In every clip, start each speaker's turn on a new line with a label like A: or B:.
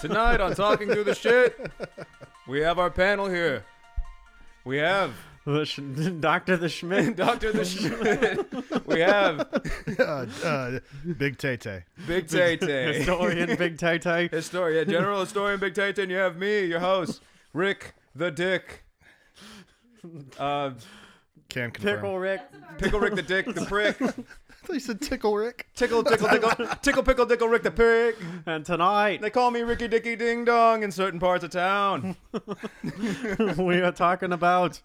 A: Tonight on Talking Through the Shit, we have our panel here. We have
B: The sh- Dr. The Schmidt.
A: Dr. The Schmidt. We have
C: uh, uh, Big Tay Tay.
A: Big Tay Tay.
B: Historian Big Tai Tai.
A: Historian, yeah, General Historian Big Titan. You have me, your host, Rick the Dick. Uh,
C: Can confirm.
B: Pickle Rick.
A: pickle Rick the Dick, the prick.
C: I thought you said Tickle Rick.
A: Tickle, tickle, tickle, tickle, pickle, dickle, Rick the pig.
B: And tonight
A: They call me Ricky Dicky Ding Dong in certain parts of town.
B: we are talking about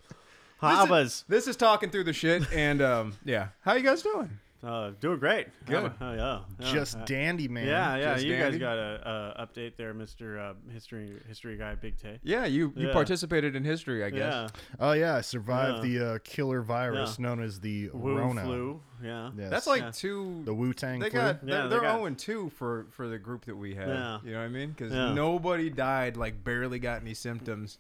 B: harbors.
A: This is talking through the shit, and um, yeah, how you guys doing?
B: Uh, doing great.
A: Good.
B: Oh, yeah. yeah.
A: Uh-huh.
C: Just
B: Uh,
C: dandy, man.
B: yeah, yeah.
A: Just
B: you
A: dandy.
B: guys got a uh, update there, Mister uh, History History Guy Big Tay.
A: Yeah, you you
B: Yeah.
A: participated in history, I guess.
B: Yeah.
C: Oh, yeah. I survived
B: Yeah.
C: the uh, killer virus
B: Yeah.
C: known as the
B: Wu
C: Rona.
B: flu. Yeah.
C: Yes.
A: That's like
B: Yeah.
A: two.
C: the Wu Tang
A: they
C: flu.
A: got
B: Yeah,
A: they're,
B: they
A: they're
B: got-
A: 0 and 2 for for the group that we had.
B: Yeah.
A: You know what I mean? Because
B: Yeah.
A: nobody died, like barely got any symptoms.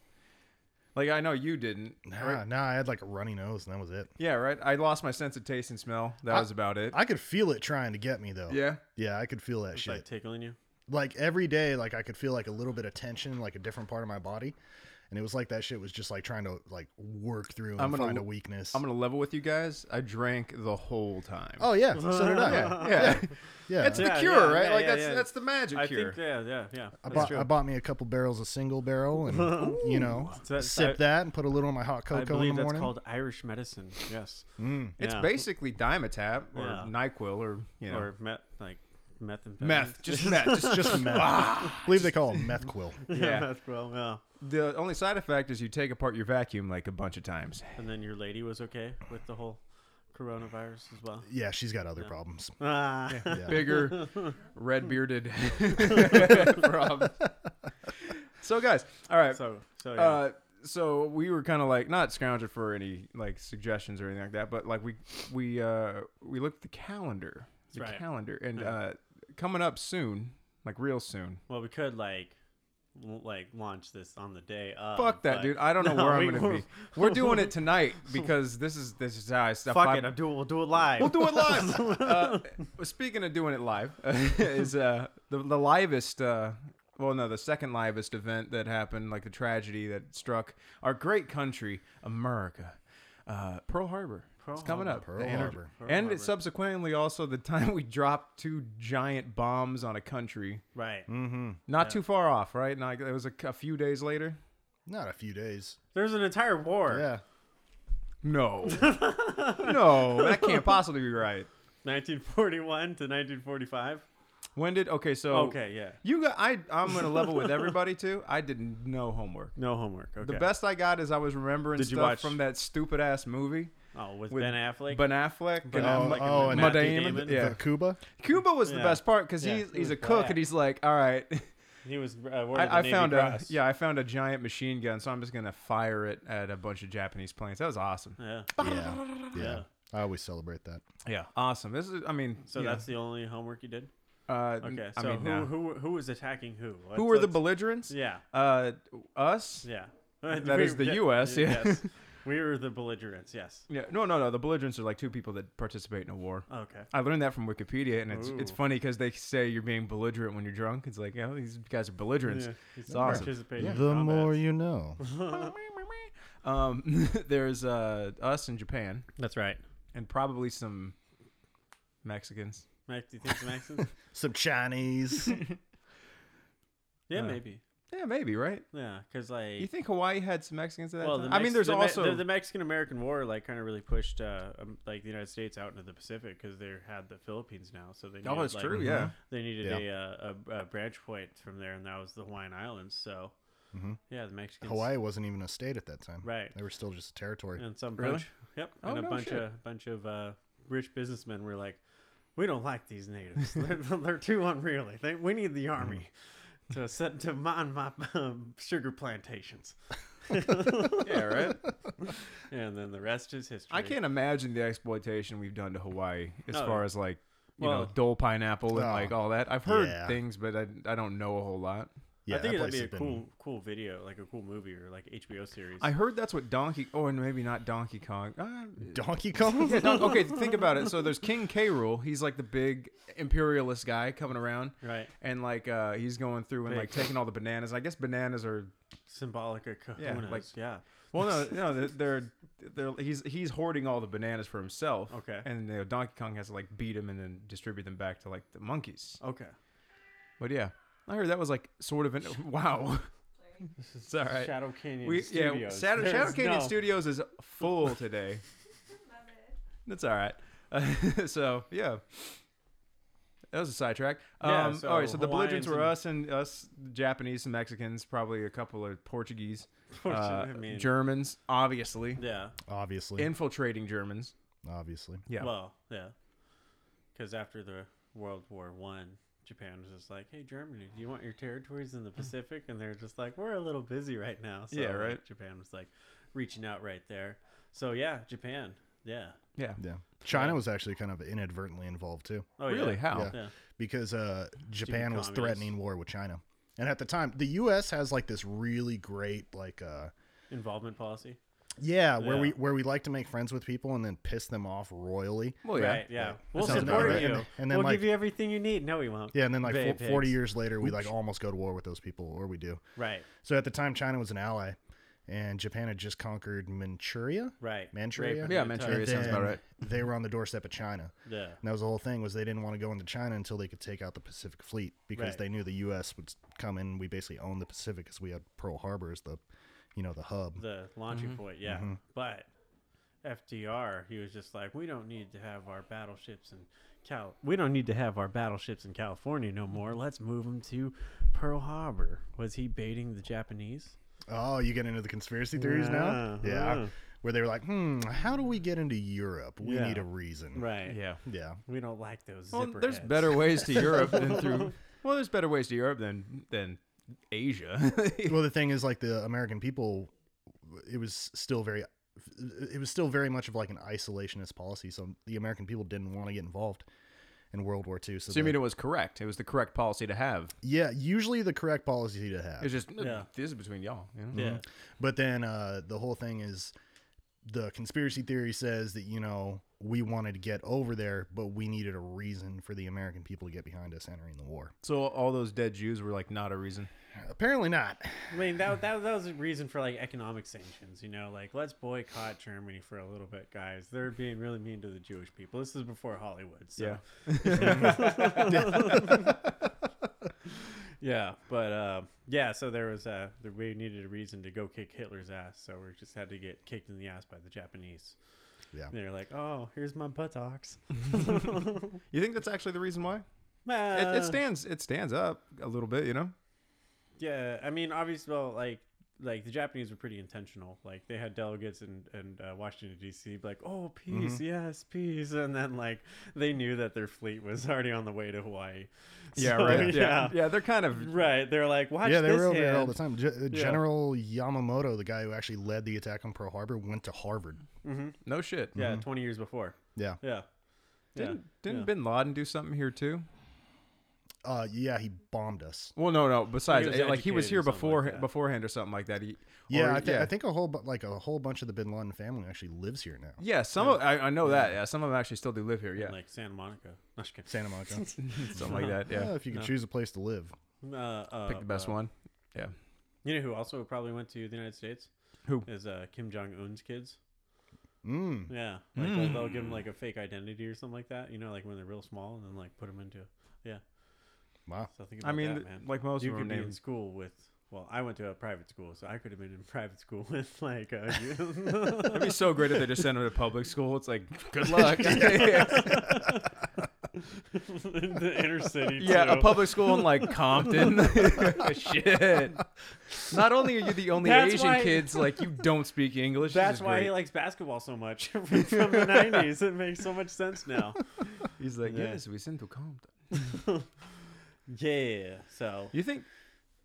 A: Like I know you didn't.
C: nah,
A: right?
C: nah, I had like a runny nose, and that was it.
A: Yeah, right. I lost my sense of taste and smell. That
C: I-
A: was about it.
C: I could feel it trying to get me, though.
A: yeah.
C: Yeah, I could feel that
B: It's
C: shit.
B: like tickling you.
C: like every day like i could feel like a little bit of tension like a different part of my body and it was like that shit was just like trying to like work through and
A: I'm gonna-
C: find a weakness
A: I'm gonna level with you guys. I drank the whole time.
C: oh yeah so did i yeah,
A: yeah, yeah. It's
B: Yeah,
A: the cure,
B: yeah,
A: right?
B: yeah,
A: like
B: yeah,
A: that's
B: yeah.
A: that's the magic
B: I
A: cure.
B: think. Yeah. Yeah. Yeah.
C: I,
B: that's
C: bought,
B: true.
C: I bought me a couple barrels of single barrel and you know
B: So that's-
C: sip
B: I-
C: that and put a little in my hot
B: I
C: cocoa
B: believe
C: in the
B: that's
C: morning
B: called Irish medicine. Yes.
C: Mm.
A: it's
B: Yeah.
A: basically Dimetap or
B: Yeah.
A: Nyquil or you know
B: or meth, like methamphetamine.
A: meth, just meth, just
C: just meth i believe they call it meth quill
B: yeah,
A: Yeah.
B: meth, bro. Yeah.
A: The only side effect is you take apart your vacuum like a bunch of times.
B: And then your lady was okay with the whole coronavirus as well.
C: yeah she's got other problems
B: Ah.
C: yeah.
A: Bigger, red bearded problems. So guys, all right. So,
B: So, so yeah.
A: uh, so we were kind of like not scrounging for any like suggestions or anything like that, but like we we uh, we looked at the calendar, the
B: right.
A: calendar, and uh, coming up soon, like real soon.
B: well, we could like, l- like launch this on the day. Of,
A: Fuck that,
B: but-
A: dude! I don't know
B: Oh, No,
A: where
B: we-
A: I'm gonna be. We're doing it tonight because this is this is how I stuff.
B: Fuck
A: I'm-
B: it. I'll do it. We'll do it live.
A: We'll do it live. uh, speaking of doing it live, is uh, the the livest. Uh, well, no, the second livest event that happened, like the tragedy that struck our great country, America, uh, Pearl Harbor.
B: Pearl
A: it's coming
B: Harbor.
A: up.
C: Pearl
A: The energy-
C: Harbor.
B: Pearl
A: and
B: Harbor.
A: it's subsequently also the time we dropped two giant bombs on a country,
B: right.
A: Mm. not too far off, right? Like it was a, a few days later.
C: not a few days
B: There's an entire war.
C: yeah
A: No, no, that can't possibly be right.
B: 1941 to 1945.
A: When did? Okay, so
B: Okay. Yeah.
A: You got I I'm gonna level with everybody too. I did no homework.
B: No homework. Okay.
A: The best I got is I was remembering
B: Did you
A: stuff
B: watch-
A: from that stupid ass movie
B: Oh, with,
A: with
B: Ben Affleck.
A: Ben Affleck.
B: Ben
A: and, um,
B: Affleck
C: oh, and
B: Matthew
A: Madeline,
B: Damon.
A: Yeah.
C: The Cuba.
A: Cuba was the
B: Yeah.
A: best part because
B: Yeah,
A: he's
B: he
A: he's a
B: was
A: cook
B: bad.
A: and he's like, all right,
B: He was. Uh, awarded the
A: I, I
B: Navy
A: found a
B: Cross.
A: yeah I found a giant machine gun, so I'm just gonna fire it at a bunch of Japanese planes. That was awesome.
B: Yeah.
C: Yeah.
B: Yeah.
C: yeah. I always celebrate that.
A: Yeah, awesome. This is I mean
B: So
A: you know,
B: that's the only homework you did.
A: uh,
B: Okay.
A: I
B: So
A: mean,
B: who,
A: nah.
B: who who was attacking who?
A: who
B: Let's-
A: were the
B: let's-
A: belligerents?
B: Yeah.
A: Uh, us.
B: Yeah.
A: That is the US, yeah.
B: Yes. We were the belligerents, yes.
A: Yeah. No, no, no. The belligerents are like two people that participate in a war.
B: Okay.
A: I learned that from Wikipedia, and it's it's
B: Ooh.
A: funny because they say you're being belligerent when you're drunk. It's like, yeah, these guys are belligerents.
B: It's
A: awesome.
B: participating in
C: The
B: combat.
C: more you know.
B: Mm-hmm.
A: um, there's uh, us in Japan,
B: That's right.
A: and probably some Mexicans.
B: Mac, do you think some accents?
C: Some Chinese.
B: yeah,
A: Uh,
B: maybe.
A: Yeah, maybe right.
B: Yeah, because
A: You
B: like,
A: think Hawaii had some Mexicans at that
B: well, the
A: time? I mean,
B: Mex-
A: there's
B: the Me-
A: also
B: the, the Mexican American War, like, kind of really pushed uh, um, like the United States out into the Pacific because they had the Philippines now, so they
A: oh,
B: needed,
A: that's
B: like, mm-hmm.
A: true. Yeah,
B: They needed
C: Mm-hmm.
B: a,
C: Yeah.
B: a, a branch point from there, and that was the Hawaiian Islands. So,
C: Mhm.
B: yeah, the Mexicans,
C: Hawaii wasn't even a state at that time.
B: right?
C: They were still just a territory.
B: and some
A: Really?
B: bunch, yep,
A: Oh,
B: and a
A: no
B: bunch
A: shit.
B: of bunch of uh, rich businessmen were like, we don't like these natives. they're, they're too unreal. They, we need the army
A: Mm.
B: to set to mine my um, sugar plantations.
A: yeah, right.
B: And then the rest is history.
A: I can't imagine the exploitation we've done to Hawaii as
B: No.
A: far as like you
B: Oh, Well-
A: know dole pineapple and
C: Oh.
A: like all that. I've heard
C: Yeah.
A: things, but I I don't know a whole lot.
C: Yeah,
B: I think
C: that
B: that'd
C: place
B: be a
C: has been-
B: cool, cool video, like a cool movie or like HBO series.
A: I heard that's what Donkey. Oh, and maybe not Donkey Kong. Uh,
C: Donkey Kong.
A: Yeah, Don- okay, think about it. So there's King K. Rule. He's like the big imperialist guy coming around,
B: right,
A: and like uh, he's going through and like taking all the bananas. I guess bananas are
B: symbolic or
A: Yeah,
B: kahunas. Yeah,
A: like-
B: yeah.
A: well, no, no, they're- they're they're he's he's hoarding all the bananas for himself.
B: Okay.
A: and you know, Donkey Kong has to like beat him and then distribute them back to like the monkeys.
B: Okay,
A: But yeah, I heard that was like sort of an wow. it's all right.
B: Shadow Canyon
A: We, yeah,
B: Studios.
A: Shadow,
B: There
A: Shadow
B: is
A: Canyon
B: no-
A: Studios is full today. That's all right. Uh, so yeah, that was a sidetrack. Um,
B: Yeah,
A: all right, so
B: so
A: the belligerents
B: Hawaiians
A: were
B: and-
A: us and us Japanese, some Mexicans, probably a couple of Portuguese,
B: Portu-
A: uh,
B: I mean-
A: Germans, obviously
B: Yeah.
C: obviously,
A: infiltrating Germans.
C: obviously.
A: Yeah,
B: Well, yeah. Because after the World War One, Japan was just like, "Hey, Germany, do you want your territories in the
C: Mm-hmm.
B: Pacific?" And they're just like, "We're a little busy right now." So,
A: Yeah,
B: like,
A: right.
B: Japan was like reaching out right there. So yeah, Japan. Yeah.
A: yeah.
C: Yeah, China was actually kind of inadvertently involved too,
B: Oh
A: really?
B: Yeah.
A: How?
C: Yeah.
B: Yeah.
C: because uh, Japan was
B: communists.
C: threatening war with China, and at the time, the U.S. has like this really great like. Uh,
B: Involvement policy.
C: Yeah, where
B: Yeah.
C: we where we like to make friends with people and then piss them off royally.
A: Well, yeah.
B: Right. Yeah. We'll
C: sounds
B: support
C: about right.
B: you.
C: And- and then,
B: we'll
C: like-
B: give you everything you need. No, we won't.
C: Yeah, and then like
B: Bay
C: fo- forty
B: pigs.
C: years later, we like almost go to war with those people, or we do.
B: Right.
C: So at the time, China was an ally, and Japan had just conquered Manchuria.
B: Right.
C: Manchuria?
B: Rape
A: Yeah,
B: and
A: Manchuria
B: retard-
A: sounds about
C: Then
A: right.
C: They were on the doorstep of China,
B: Yeah.
C: and that was the whole thing was they didn't want to go into China until they could take out the Pacific Fleet because
B: Right.
C: they knew the U.S. would come in. We basically owned the Pacific because we had Pearl Harbor as the, you know, the hub.
B: the launching point, yeah.
A: Mm-hmm.
B: But FDR, he was just like, we don't need to have our battleships in Cal. We don't need to have our battleships in California no more. Let's move them to Pearl Harbor. Was he baiting the Japanese?
C: Oh, you get into the conspiracy theories now?
B: Yeah,
C: Yeah.
B: yeah.
C: Where they were like, hmm, how do we get into Europe? We
B: Yeah.
C: need a reason.
B: Right.
A: Yeah.
C: Yeah.
B: We don't like those.
A: Well,
B: zipper
A: there's
B: heads.
A: better ways to Europe than through. Well, there's better ways to Europe than than Asia.
C: Well, the thing is, like, the American people, it was still very. It was still very much of like an isolationist policy, so the American people didn't want to get involved in World War II.
A: so
C: So,
A: you
C: the-
A: mean it was correct? It was the correct policy to have.
C: yeah, usually the correct policy to
A: It's
C: have.
A: just uh,
B: Yeah.
A: this is between y'all. You know?
B: Yeah.
C: But then uh, the whole thing is, the conspiracy theory says that you know we wanted to get over there, but we needed a reason for the American people to get behind us entering the war.
A: So all those dead Jews were like not a reason.
C: Apparently not.
B: I mean, that, that, that was a reason for like economic sanctions, you know, like let's boycott Germany for a little bit, guys. They're being really mean to the Jewish people. This is before Hollywood. So.
A: Yeah.
B: Yeah, but uh, yeah, so there was uh, the- we needed a reason to go kick Hitler's ass, so we just had to get kicked in the ass by the Japanese.
C: Yeah.
B: They're like, "Oh, here's my buttocks."
A: You think that's actually the reason why?
B: Ah.
C: Uh,
A: it, it stands. It stands up a little bit. You know.
B: Yeah, I mean, obviously, well, like like the Japanese were pretty intentional. Like they had delegates in in uh, Washington D.C. like, "Oh, peace,
C: Mm-hmm.
B: yes, peace," and then like they knew that their fleet was already on the way to Hawaii. So,
A: Yeah. Yeah. They're kind of.
B: Right, they're like, watch
C: yeah, they
B: this
C: were over there
B: hand."
C: all the time. Ge- uh, General Yamamoto, the guy who actually led the attack on Pearl Harbor, went to Harvard.
B: Hmm.
A: No shit.
B: Mm-hmm.
A: Mm-hmm.
B: Yeah,
C: mm-hmm.
B: twenty years before.
C: Yeah,
B: Yeah,
A: Didn't Didn't
B: yeah.
A: Bin Laden do something here too?
C: uh, yeah, he bombed us.
A: Well, no, no. Besides,
B: He was
A: eh, like he was
B: educated
A: here
B: or something
A: before
B: like that.
A: beforehand or something like that. He,
C: Yeah,
A: or-
C: I, thi- I think a whole bu- like a whole bunch of the Bin Laden family actually lives here now.
A: Yeah, some of I, I know that. Yeah, some of them actually still do live here. Yeah,
B: like Santa Monica. No, just kidding.
C: Santa Monica.
A: something like that. Yeah,
C: Yeah, if you could choose a place to live,
B: Uh, uh,
A: pick the best
B: uh,
A: one. Yeah,
B: You know who also probably went to the United States?
A: Who?
B: is uh, Kim Jong Un's kids?
C: mm,
B: Yeah, like they'll, they'll
A: Mm.
B: give them like a fake identity or something like that. You know, like when they're real small, and then like put them into. Yeah,
C: wow.
B: so think
A: I
B: about
A: mean,
B: that,
A: th-
B: man.
A: like most
B: you
A: of
B: could
A: them
B: be in
A: names.
B: school with. Well, I went to a private school, so I could have been in private school with like. Uh,
A: It'd be so great if they just sent them to public school. It's like good luck. yeah,
B: in the inner city.
A: a
B: too.
A: public school in like Compton. Shit. Not only are you the only
B: That's
A: Asian
B: why-
A: kids, like you don't speak English.
B: That's why he
A: like,
B: likes basketball so much from the '90s. It makes so much sense now.
A: he's like,
B: Yeah.
A: yes, we sent to Compton.
B: Yeah. So
A: You think?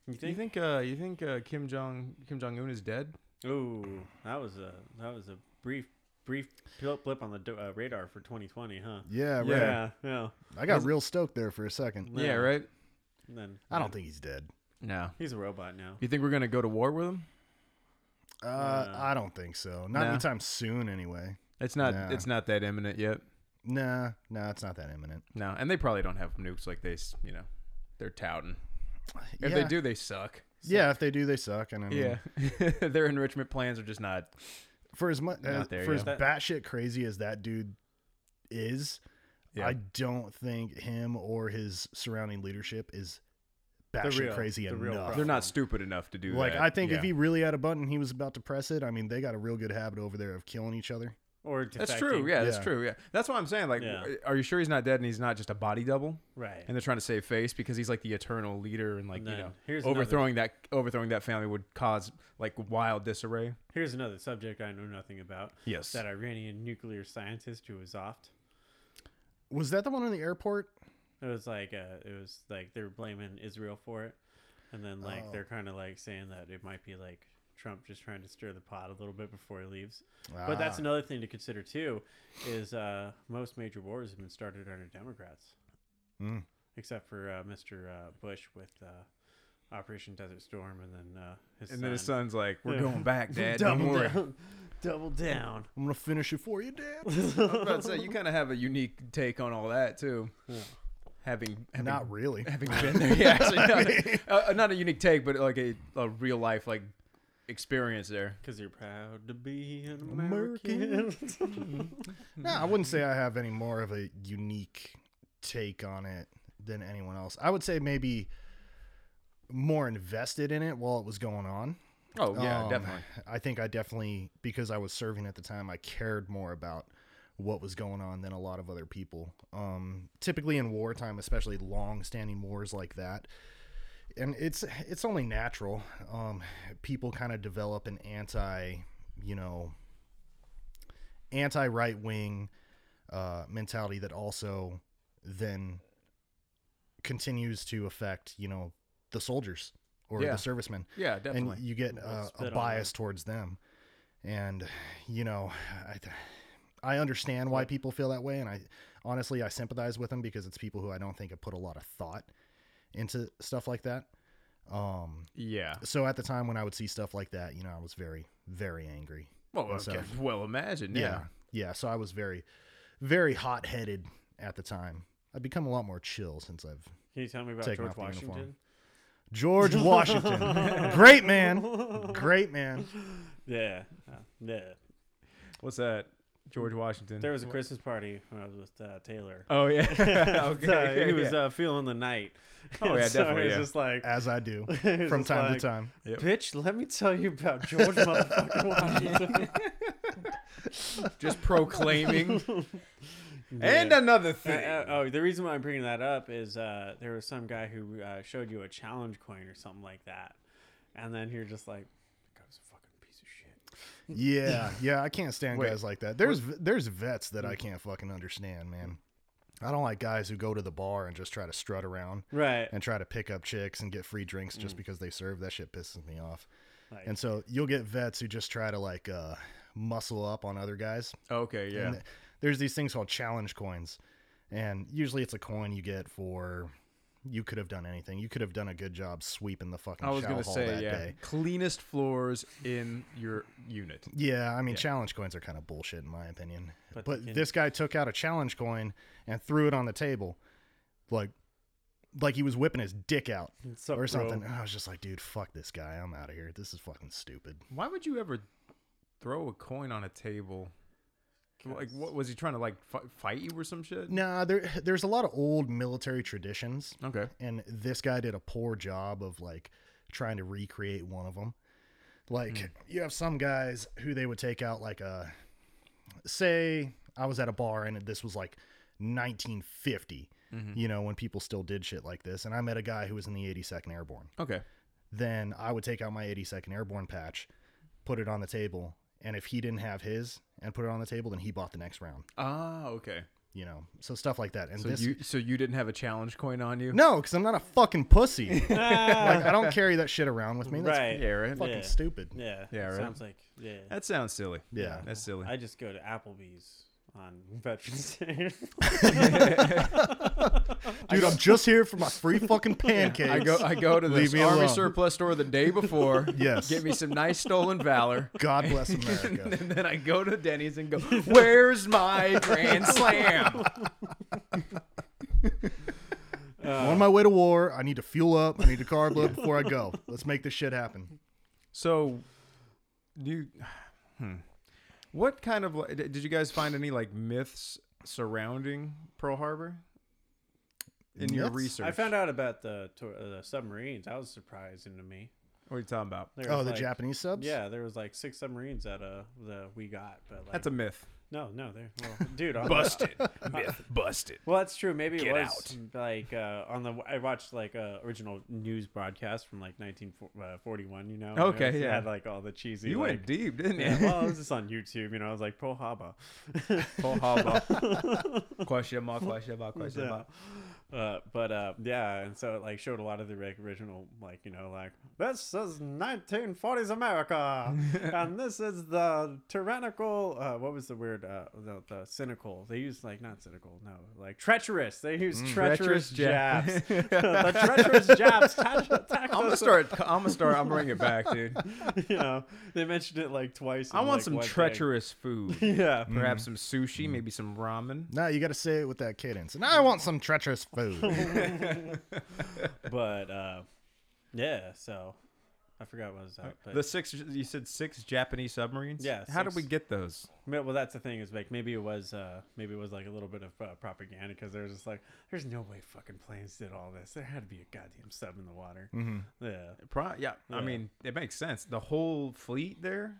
B: you
A: You
B: think?
A: think? Uh, you think uh, Kim Jong Kim Jong Un is dead?
B: Ooh, that was a that was a brief brief pil- blip on the do- uh, radar for 2020, huh?
C: Yeah, right.
A: Yeah.
B: yeah.
C: I got real stoked there for a second.
A: Yeah, right.
B: And then
C: I don't think he's dead.
A: No.
B: He's a robot now.
A: You think we're gonna go to war with them?
C: Uh, I don't think so. Not
A: no.
C: anytime soon, anyway.
A: It's not.
C: Nah.
A: It's not that imminent yet.
C: Nah, nah, it's not that imminent.
A: No, and they probably don't have nukes like they, s- you know, they're touting. If
C: yeah.
A: they do, they suck.
C: yeah, if they do, they suck. And I mean,
A: Yeah, their enrichment plans are just not.
C: for as much
A: Not there
C: for as
B: yet.
C: batshit crazy as that dude is,
A: Yeah.
C: I don't think him or his surrounding leadership is
B: real-
C: batshit crazy
B: the real
C: enough.
A: They're not stupid enough to do
C: Like
A: that.
C: I think if
A: Yeah.
C: he really had a button, he was about to press it. I mean, they got a real good habit over there of killing each other.
B: Or
A: That's
B: defecting.
A: true. Yeah, that's
C: Yeah.
A: true. Yeah, that's what I'm saying. Like,
B: Yeah.
A: w- are you sure he's not dead and he's not just a body double?
B: Right.
A: And they're trying to save face because he's like the eternal leader, and like
B: And then
A: you know,
B: here's another-
A: overthrowing that overthrowing that family would cause like wild disarray.
B: Here's another subject I know nothing about.
A: Yes.
B: That Iranian nuclear scientist who was offed.
C: Was that the one in the airport?
B: It was like uh, it was like they were blaming Israel for it, and then like
A: Oh.
B: they're kind of like saying that it might be like Trump just trying to stir the pot a little bit before he leaves. But that's
C: Ah.
B: another thing to consider too, is uh, most major wars have been started under Democrats,
C: Mm.
B: except for uh, Mr. Uh, Bush with uh, Operation Desert Storm, and then uh, his
A: And
B: son.
A: then his son's like, "We're
B: Yeah.
A: going back, Dad. Don't
B: double
A: worry."
B: down, double down.
C: I'm gonna finish it for you, Dad.
A: I was about to say you kind of have a unique take on all that too. Having, having
C: Not really.
A: having been there, yeah, actually, not, uh, not a unique take, but like a, a real life like experience there.
B: Because you're proud to be an
C: American.
B: American.
C: No, I wouldn't say I have any more of a unique take on it than anyone else. I would say maybe more invested in it while it was going on.
A: Oh yeah,
C: Um,
A: definitely.
C: I think I definitely because I was serving at the time, I cared more about what was going on than a lot of other people. Um, typically in wartime, especially long-standing wars like that, and it's it's only natural. Um, people kind of develop an anti, you know, anti right wing uh, mentality that also then continues to affect you know the soldiers or
A: Yeah.
C: the servicemen
A: Yeah, definitely.
C: and you get
B: Well,
C: uh,
B: spit
C: a
B: on
C: bias towards them and you know i th- i understand why people feel that way and i honestly i sympathize with them because it's people who i don't think have put a lot of thought into stuff like that um
A: yeah.
C: so at the time when i would see stuff like that you know i was very very angry
A: Well, I
C: And so-
A: can well imagine.
C: yeah
A: Yeah.
C: yeah, so i was very very hot-headed at the time i've become a lot more chill since i've
B: Can you tell me about
C: Taking
B: George
C: off the uniform.
B: Washington?
C: george washington great man great man
B: Yeah, uh, yeah.
A: What's that? George Washington.
B: There was a Christmas party when I was with uh, Taylor.
A: oh yeah. okay.
B: So he was
A: yeah.
B: uh, feeling the night.
A: Oh, yeah,
B: so
A: definitely,
B: It was
A: yeah.
B: just like,
C: as i do
B: It's
C: from
B: just
C: time
B: like-
C: to time
A: Yep.
B: bitch, let me tell you about George motherfucking Washington. uh,
A: just proclaiming. And
B: Yeah.
A: another
B: Uh,
A: thing.
B: uh, oh, the reason why I'm bringing that up is uh, there was some guy who uh, showed you a challenge coin or something like that, and then you're just like, "That guy's a fucking piece of shit."
C: Yeah, yeah, I can't stand
A: Wait, Mm.
C: guys like that. There's there's vets that I can't fucking understand, man. I don't like guys who go to the bar and just try to strut around
B: Right.
C: and try to pick up chicks and get free drinks
A: Mm.
C: just because they serve. That shit pisses me off.
B: Like-
C: And so you'll get vets who just try to like uh, muscle up on other guys.
A: okay. Yeah.
C: And th- there's these things called challenge coins, and usually it's a coin you get for you could have done anything. You could have done a good job sweeping the fucking.
A: I was
C: chow
A: gonna
C: hall
A: say
C: that
A: yeah.
C: day.
A: Cleanest floors in your unit.
C: Yeah, I mean, challenge coins are kind of bullshit in my opinion.
B: But
C: But,
B: they can-
C: this guy took out a challenge coin and threw it on the table, like, like he was whipping his dick out
B: What's up,
C: or something.
B: bro?
C: And I was just like, dude, fuck this guy. I'm out of here. This is fucking stupid.
A: Why would you ever throw a coin on a table? Like, what was he trying to like fi- fight you or some shit?
C: Nah, there, there's a lot of old military traditions,
A: Okay.
C: and this guy did a poor job of like trying to recreate one of them. Like,
A: Hmm.
C: you have some guys who they would take out like a, say, I was at a bar and this was like 1950.
A: Mm-hmm.
C: you know, when people still did shit like this. And I met a guy who was in the 82nd Airborne.
A: Okay.
C: Then I would take out my 82nd Airborne patch, put it on the table, and if he didn't have his and put it on the table, then he bought the next round.
A: Ah. Okay.
C: You know, so stuff like that. And
A: So
C: this,
A: you so you didn't have a challenge coin on you?
C: no, because I'm not a fucking pussy. like
B: Ah,
C: I don't carry that shit around with me. That's
B: right.
A: Yeah. Right.
C: fucking
B: Yeah.
C: stupid.
B: Yeah.
A: Yeah, right.
B: Sounds like yeah.
A: That sounds silly.
C: Yeah.
A: That's silly.
B: I just go to Applebee's on Veterans Day.
C: Dude, dude, I'm just here for my free fucking pancakes.
A: I go I go to
C: Leave
A: the
C: me
A: army
C: alone.
A: surplus store the day before.
C: Yes.
A: Get me some nice stolen valor.
C: God bless
A: And
C: America.
A: then I go to Denny's and go, "Where's my grand slam?"
C: I'm
B: Uh,
C: on my way to war. I need to fuel up. I need to carb load before I go. Let's make this shit happen.
A: So, you, hmm. what kind of like, did you guys find any like myths surrounding Pearl Harbor in your
C: Myths?
A: research?
B: I found out about the, tor- uh, the submarines. That was surprising to me.
A: What are you talking about?
B: There
C: Oh,
B: was,
C: the
B: like-
C: Japanese subs?
B: Yeah, there was like six submarines that uh that we got, but like
A: That's a myth.
B: no, no, they're well, dude, on
A: Busted. myth busted.
B: Well, that's true. Maybe it
A: Get
B: was like uh, on the. I watched like uh, original news broadcast from like 1941. You know. and
A: Okay,
B: it was- it
A: yeah.
B: Had like all the cheesy.
A: You
B: like,
A: went deep, didn't you?
B: Yeah, well, it was just on YouTube. You know, I was like pro haba.
A: Pearl Harbor. question mark, question mark, question mark.
B: Uh, but uh, yeah, and so it like showed a lot of the like, original, like you know, like this is 1940s America, and this is the tyrannical. Uh, what was the word? Uh, the, the cynical. They used like not cynical, no, like treacherous. They used treacherous,
A: Mm, Treacherous Jap.
B: Japs. the treacherous Japs. attacked- attacked
A: I'm gonna
B: us.
A: start. I'm gonna start. I'm bringing it back, dude.
B: you know, they mentioned it like twice.
A: I
B: in,
A: want
B: like,
A: some
B: one thing.
A: treacherous food. Mm.
B: Yeah.
A: Perhaps some sushi, maybe some ramen.
C: Nah, you got to say it with that cadence. And I want some treacherous food.
B: but uh, yeah, so I forgot what was that. But
A: The six you said six Japanese submarines.
B: Yeah,
A: How did
B: six.
A: we get those?
B: Ma- well, that's the thing is like maybe it was uh, maybe it was like a little bit of uh, propaganda because they're just like, there's no way fucking planes did all this. There had to be a goddamn sub in the water.
A: Mm-hmm.
B: Yeah.
A: Pro- yeah,
B: Yeah.
A: I mean it makes sense. The whole fleet there,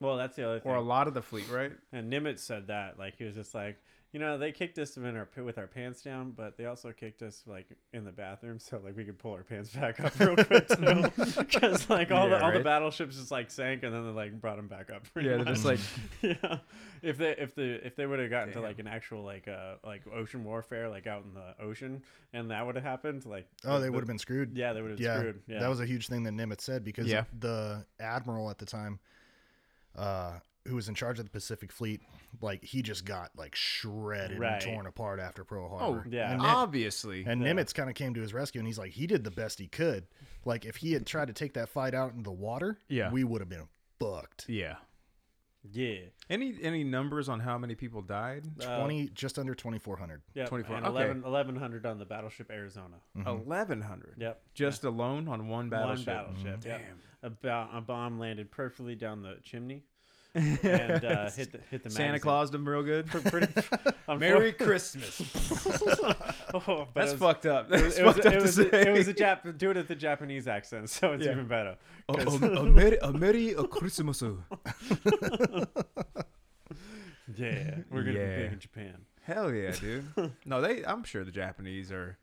B: Well, that's the other thing.
A: or a lot of the fleet, right?
B: and Nimitz said that like he was just like. You know, they kicked us in our with our pants down, but they also kicked us like in the bathroom, so like we could pull our pants back up real quick too, because like all the
A: Yeah,
B: all the
A: right.
B: battleships just like sank, and then they like brought them back up. pretty
A: Yeah, they're
B: much.
A: just like
B: yeah. If they if the if they would have gotten to like an actual like uh like ocean warfare like out in the ocean and that would have happened like
C: Oh,
B: the-
C: they
B: the-
C: would have been screwed.
B: yeah they would have
C: yeah,
B: screwed yeah
C: that was a huge thing that Nimitz said because
A: Yeah.
C: the admiral at the time, uh, who was in charge of the Pacific Fleet, like he just got like shredded
B: Right.
C: and torn apart after Pearl
A: oh
C: Harbor.
B: yeah.
C: and, Nim-
A: obviously.
C: and Nimitz kind of came to his rescue, and he's like, he did the best he could. Like if he had tried to take that fight out in the water,
A: Yeah.
C: we would have been fucked.
A: yeah.
B: yeah
A: Any any numbers on how many people died?
B: Uh,
C: Twenty, just under twenty four hundred.
B: yeah
A: 24,
B: and
A: okay.
B: 11 1100 on the battleship Arizona
A: hundred.
B: Yep.
A: Just alone on one battleship.
B: one
A: Mm.
B: battleship yeah a, ba- a bomb landed perfectly down the chimney and uh, hit the hit the
A: Santa
B: magazine.
A: Claus did them real good.
B: Pretty- unfor-
A: Merry Christmas.
B: Oh, but
A: That's
B: it was-
A: fucked up. That's
B: it was,
A: fucked up
B: it
A: to
B: was,
A: say.
B: a, it was a Jap. Do it at the Japanese accent, so it's
A: Yeah.
B: even better.
A: A- a- a Oh, merry- a merry a Christmas.
B: Yeah, we're gonna
A: Yeah.
B: be big in Japan.
A: Hell yeah, dude. no, they. I'm sure the Japanese are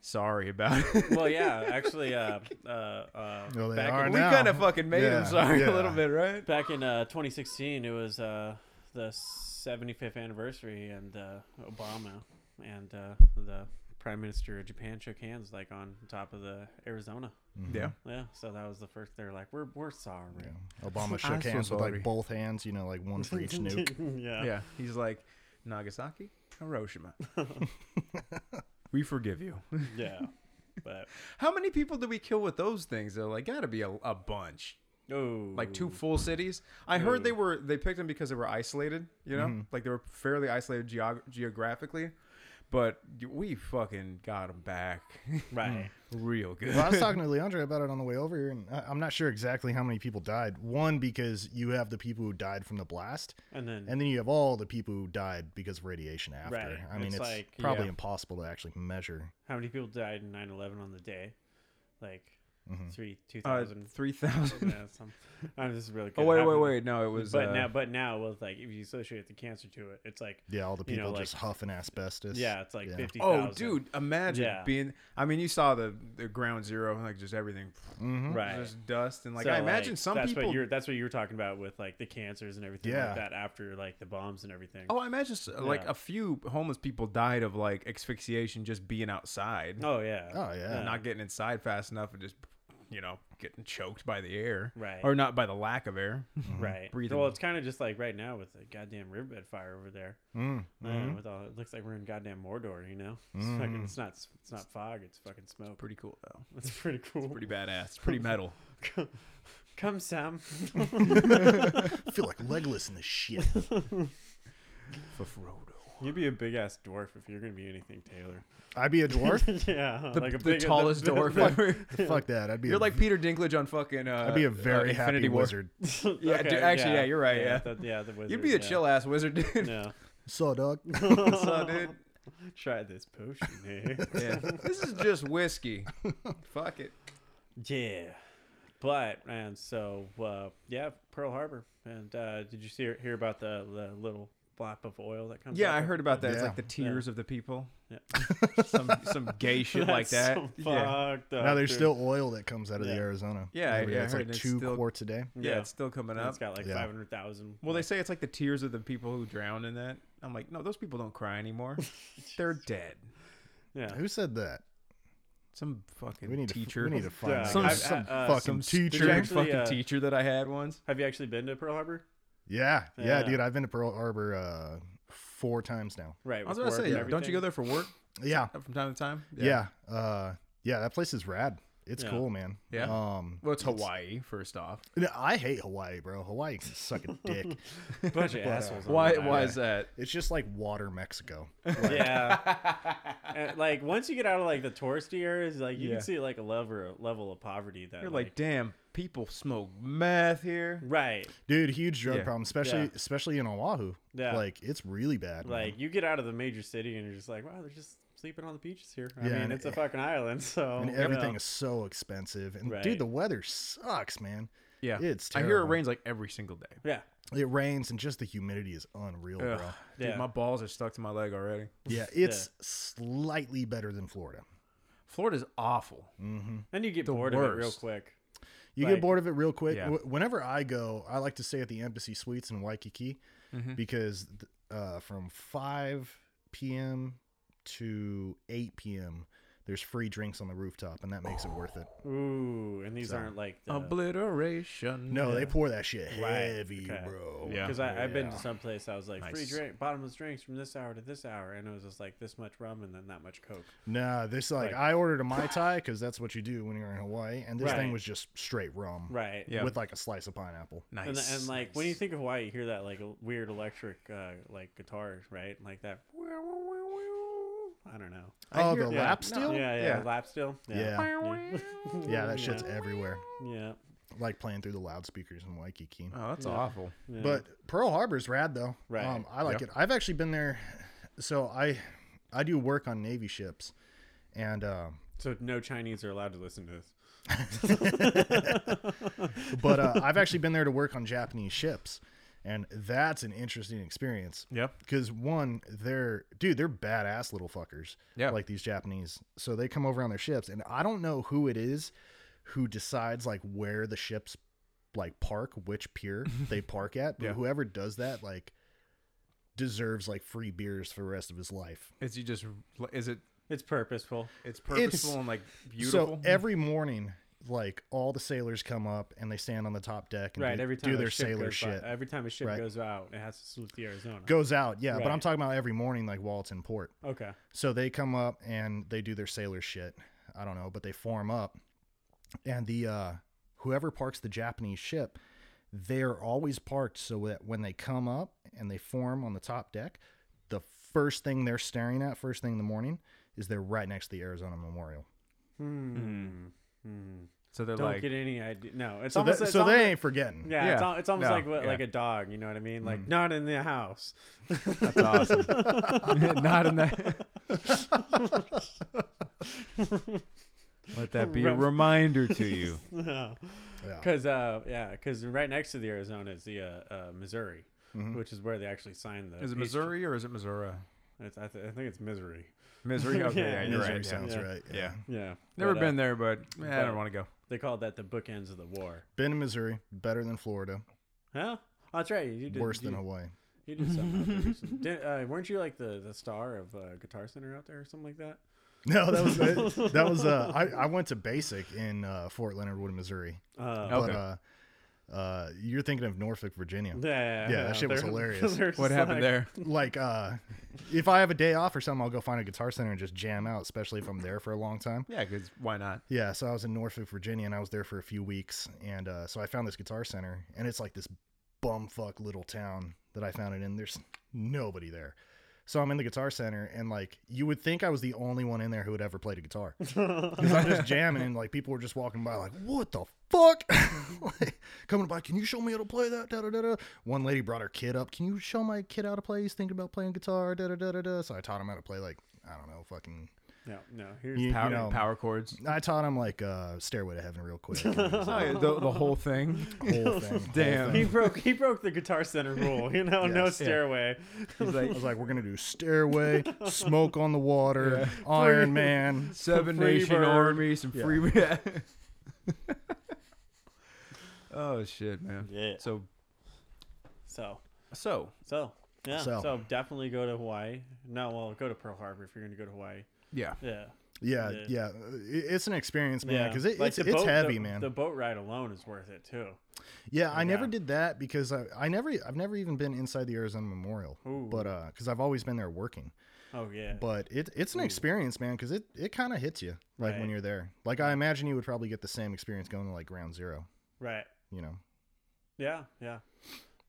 A: sorry about it.
B: well, yeah, actually, uh, uh, uh,
C: No, they
B: back,
C: are
B: in,
A: we
C: now.
A: kind of fucking made them
C: Yeah,
A: sorry
C: yeah.
A: a little bit, right?
B: back in uh, 2016, it was uh, the 75th anniversary, and uh, Obama and uh, the Prime Minister of Japan shook hands like on top of the Arizona.
C: Mm-hmm.
A: Yeah.
B: Yeah, so that was the first. They're like, we're we're sorry.
C: Obama
A: I'm
C: shook
A: so
C: hands with
A: sorry.
C: like both hands, you know, like one for each nuke.
B: yeah.
A: Yeah. He's like Nagasaki, Hiroshima. we forgive you.
B: yeah. But
A: How many people did we kill with those things? Though, like, gotta be a, a bunch.
B: oh,
A: Like two full cities. I heard they were they picked them because they were isolated. You know,
C: Mm-hmm.
A: like they were fairly isolated geog- geographically. But we fucking got them back
B: right.
A: real good.
C: Well, I was talking to Leandre about it on the way over here, and I- I'm not sure exactly how many people died. One because you have the people who died from the blast,
B: And then
C: and then you have all the people who died because of radiation after.
B: Right.
C: I mean,
B: It's
C: it's,
B: like-
C: probably
A: Yeah.
C: impossible to actually measure.
B: how many people died in 9/11 on the day? Like three two
A: Uh,
B: thousand.
A: Three thousand.
B: yeah, some, I'm just really.
A: Oh
B: good.
A: wait,
B: How
A: wait,
B: many-
A: wait! No, it was.
B: but
A: uh,
B: now, but now with like if you associate the cancer to it, it's like
C: Yeah, all the
B: You know,
C: people
B: like-
C: just huffing asbestos.
B: yeah, it's like
C: Yeah.
B: fifty.
A: oh,
B: 50,000.
A: dude, imagine
B: Yeah.
A: being. I mean, you saw the, the ground zero and like just everything,
C: Mm-hmm,
B: right?
A: just dust and like.
B: Mm-hmm. So,
A: I imagine
B: like,
A: some
B: that's
A: people.
B: What you're, that's what you were talking about with like the cancers and everything
C: Yeah.
B: like that after like the bombs and everything.
A: Oh, I imagine s like
B: Yeah.
A: a few homeless people died of like asphyxiation just being outside,
B: Oh, yeah.
C: Oh, yeah.
A: not getting inside fast enough, and just you know, getting choked by the air.
B: Right.
A: Or not by the lack of air.
B: Right.
A: Breathing.
B: Well, it's kind of just like right now with the goddamn riverbed fire over there.
C: Mm.
B: Man, with all it looks like we're in goddamn Mordor, you know. It's, fucking, it's not it's not fog, it's fucking smoke.
A: pretty cool, though.
B: That's pretty cool.
A: Pretty badass. It's pretty metal.
B: Come, Sam.
C: I feel like legless in this shit.
A: For Frodo.
B: You'd be a big ass dwarf if you're gonna be anything, Taylor.
C: I'd be a dwarf.
B: yeah,
A: The,
B: like a
A: the
B: big,
A: tallest
B: the-
A: dwarf
B: the-
A: ever.
C: Fuck that. I'd be.
A: You're
C: a,
A: like Peter Dinklage on fucking. Uh,
C: I'd be a
A: uh,
C: very happy
A: Infinity War.
C: wizard.
A: Yeah,
B: Okay,
A: dude, actually, yeah. you're right. Yeah,
B: that- yeah, the
A: you'd
B: wizard,
A: be a
B: yeah.
A: chill ass wizard, dude.
B: Yeah.
C: So dog.
A: What's up, dude?
B: Try this potion, eh?
A: Yeah, this is just whiskey. Fuck it.
B: Yeah. But and so uh, yeah, Pearl Harbor. And uh, did you see hear about the, the little flap of oil that comes?
A: Yeah,
B: out
A: I
B: of-
A: heard about that. It's
C: Yeah.
A: like the tears of the people.
B: Yeah.
A: some some gay shit like
B: That's
A: that.
B: so
A: yeah.
B: fucked up,
C: now there's
B: dude.
C: still oil that comes out of
B: Yeah.
C: the Arizona.
A: Yeah,
C: area.
A: yeah, I
C: It's
A: heard
C: like
A: it's
C: two
A: still-
C: quarts a day.
A: yeah, it's still coming
B: And
A: up.
B: It's got like
C: Yeah.
B: five hundred thousand.
A: well, they say it's like the tears of the people who drown in that. I'm like, no, those people don't cry anymore. They're dead.
B: yeah.
C: Who said that?
A: Some fucking
C: We need
A: teacher.
C: To, we need to find
B: Yeah.
C: that.
A: Some-
C: There's
A: I've-
C: some
B: uh, uh,
C: fucking
A: some
C: teacher.
A: stupid
B: Actually,
A: fucking
B: uh,
A: teacher that I had once.
B: Have you actually been to Pearl Harbor?
C: Yeah, yeah,
B: Yeah.
C: dude. I've been to Pearl Harbor uh, four times now.
B: Right.
A: I was
B: with
A: about to
B: work
A: say,
B: and
A: don't you
B: everything?
A: go there for work
C: Yeah,
A: from time to time?
C: yeah, yeah. Uh, yeah that place is rad. It's
B: Yeah.
C: cool, man.
A: Yeah.
C: Um,
A: Well, it's Hawaii, first off.
C: I hate Hawaii, bro. Hawaii can suck a dick.
B: Bunch of assholes. on
A: Why?
B: the
A: Why
B: island.
A: is that?
C: it's just like water Mexico.
B: Yeah. And, like once you get out of like the touristy areas, like you
A: Yeah.
B: can see like a level level of poverty that
A: You're like, damn, people smoke meth here.
B: right.
C: Dude, huge drug
A: Yeah.
C: problem, especially
B: Yeah.
C: especially in Oahu.
B: Yeah.
C: Like it's really bad. man.
B: Like you get out of the major city and you're just like, wow, they're just sleeping on the beaches here. I
C: Yeah,
B: mean,
C: and-
B: it's a fucking island, so
C: and
B: you
C: everything
B: know.
C: is so expensive. And
B: oh, Right.
C: dude, the weather sucks, man.
A: Yeah,
C: It's
A: I hear it
C: terrible.
A: rains like every single day.
B: yeah,
C: It rains and just the humidity is unreal,
A: Ugh,
C: bro.
A: Dude,
B: Yeah.
A: my balls are stuck to my leg already.
C: Yeah, it's slightly better than Florida. Mm-hmm.
A: Florida's awful.
B: and you get
A: The
B: bored of it real
A: worst.
B: quick.
C: You
B: Like-
C: get bored of it real quick.
A: Yeah.
C: Wh- Whenever I go, I like to stay at the Embassy Suites in Waikiki
B: Mm-hmm.
C: because th- uh, from 5 p.m. to 8 p.m., there's free drinks on the rooftop, and that makes it worth it.
B: Ooh, and these aren't like the,
A: Obliteration.
C: No, they pour that shit
B: Right.
C: heavy,
B: Okay.
C: bro.
A: Yeah.
B: Because I've been to
C: Yeah.
B: some place I was like free
A: Nice.
B: drink, bottomless drinks from this hour to this hour, and it was just like this much rum and then that much coke.
C: Nah, this like,
B: Like-
C: I ordered a mai tai because that's what you do when you're in Hawaii, and this
B: Right.
C: thing was just straight rum,
B: Right.
A: Yeah.
C: with like a slice of pineapple.
A: nice.
B: And, and like when you
A: nice.
B: think of Hawaii, you hear that like l- weird electric uh, like guitar, right? Like that. I don't know.
A: I
C: oh,
A: hear-
C: the
A: yeah,
C: lap
A: no.
C: steel.
B: Yeah, yeah.
A: Yeah.
B: Lap steel.
C: Yeah.
B: Yeah.
C: Yeah, that shit's everywhere.
B: Yeah.
C: Like playing through the loudspeakers in Waikiki.
A: oh, that's awful.
B: yeah.
C: But Pearl Harbor's rad though.
B: Right.
C: Um, I like
A: Yeah.
C: it. I've actually been there. So I, I do work on Navy ships, and um,
B: so no Chinese are allowed to listen to this.
C: but uh, I've actually been there to work on Japanese ships, and that's an interesting experience.
A: Yep.
C: Because one, they're dude, they're badass little fuckers.
A: Yeah.
C: Like these Japanese, so they come over on their ships, and I don't know who it is who decides like where the ships like park, which pier they park at. But
A: Yeah.
C: whoever does that, like, deserves like free beers for the rest of his life.
A: Is you just is it?
B: It's purposeful.
A: It's purposeful and like beautiful.
C: So every morning, like all the sailors come up and they stand on the top deck and
B: Right.
C: do,
B: Every time
C: do
B: a
C: their
B: ship
C: sailor
B: goes by-
C: shit.
B: every time a ship
C: Right.
B: goes out, it has to salute the Arizona.
C: Goes out, yeah. But I'm
B: Right.
C: talking about every morning, like while it's in port.
B: Okay.
C: So they come up and they do their sailor shit. I don't know, but they form up, and the uh, whoever parks the Japanese ship, they are always parked so that when they come up and they form on the top deck, the first thing they're staring at, first thing in the morning, is they're right next to the Arizona Memorial.
B: Hmm. Hmm.
A: so they're
B: Don't
A: like,
B: get any idea. No. It's
C: So,
B: almost.
C: that,
B: it's
C: so
B: almost-
C: they ain't forgetting.
B: Yeah, It's,
A: Yeah.
B: al- it's almost
A: No,
B: like what,
A: yeah.
B: like a dog. You know what I mean?
C: Mm.
B: Like not in the house.
A: that's awesome. Not in that. Let that be a reminder to you.
B: No.
C: Yeah.
B: Because uh, yeah, because right next to the Arizona is the uh, uh, Missouri,
C: Mm-hmm.
B: which is where they actually signed the.
A: Is it
B: peace-
A: Missouri or is it Missouri?
B: It's, I, th- I think it's Missouri.
A: Missouri. Okay, yeah,
B: Yeah,
A: you're
C: Misery
A: right. Yeah.
C: sounds
B: yeah.
C: right.
A: Yeah.
B: Yeah.
A: Never
B: But, uh,
A: been there, but eh, I
B: but-
A: don't want to go.
B: They called that the bookends of the war.
C: Been in Missouri, better than Florida,
B: Huh? Oh, that's right. You did,
C: worse than
B: you,
C: Hawaii.
B: You did something. out there recently. did, uh, weren't you like the the star of uh, Guitar Center out there or something like that?
C: No, that was that was uh, I, I went to basic in uh, Fort Leonard Wood, Missouri.
B: Uh,
A: Okay.
C: But uh, uh, you're thinking of Norfolk, Virginia.
B: yeah,
C: Yeah, that shit was
B: they're-
C: hilarious.
B: they're just
A: What happened
B: like-
A: there?
C: Like, uh, if I have a day off or something, I'll go find a guitar center and just jam out, especially if I'm there for a long time.
A: Yeah, because why not?
C: Yeah, so I was in Norfolk, Virginia, and I was there for a few weeks, and uh, so I found this guitar center, and it's like this bumfuck little town that I found it in. There's nobody there, so I'm in the guitar center, and like you would think I was the only one in there who had ever played a guitar, because I'm just jamming, and like people were just walking by, like what the fuck, like, coming by. Can you show me how to play that? Da, da, da, da. One lady brought her kid up. Can you show my kid how to play? He's thinking about playing guitar. Da, da, da, da, da. So I taught him how to play like I don't know, fucking
B: No, no. Here's
C: You-
A: Power,
C: know-
A: power chords.
C: I taught him like uh, Stairway to Heaven real quick. and it was, like,
A: Oh, the, the whole thing.
C: whole thing, whole
A: Damn.
B: he
C: thing.
B: broke he broke the guitar center rule. You know, no
C: Yes. Yeah.
B: stairway.
A: He's
C: I
A: like
C: was like, we're gonna do Stairway, Smoke on the Water, Iron Man.
A: Seven
B: Free
A: Nation
B: Bird.
A: Army, some
C: Yeah.
A: free. oh shit, man.
B: Yeah.
A: So
B: So
A: so
B: so yeah.
C: So.
B: So. definitely go to Hawaii. No, well, go to Pearl Harbor if you're going to go to Hawaii.
A: yeah.
B: Yeah.
C: Yeah,
B: Yeah.
C: yeah. It- It's an experience, man. Because it,
B: Like,
C: it's,
B: the
C: it's
B: boat-
C: heavy,
B: the-
C: man.
B: The boat ride alone is worth it too.
C: yeah, I never
B: yeah.
C: did that because I, I never I've never even been inside the Arizona Memorial,
B: Ooh.
C: but uh, because I've always been there working.
B: Oh yeah.
C: But it it's an experience, man. Because it it kind of hits you like when
B: Right.
C: you're there. Like I imagine you would probably get the same experience going to like Ground Zero.
B: right.
C: You know,
B: Yeah, yeah.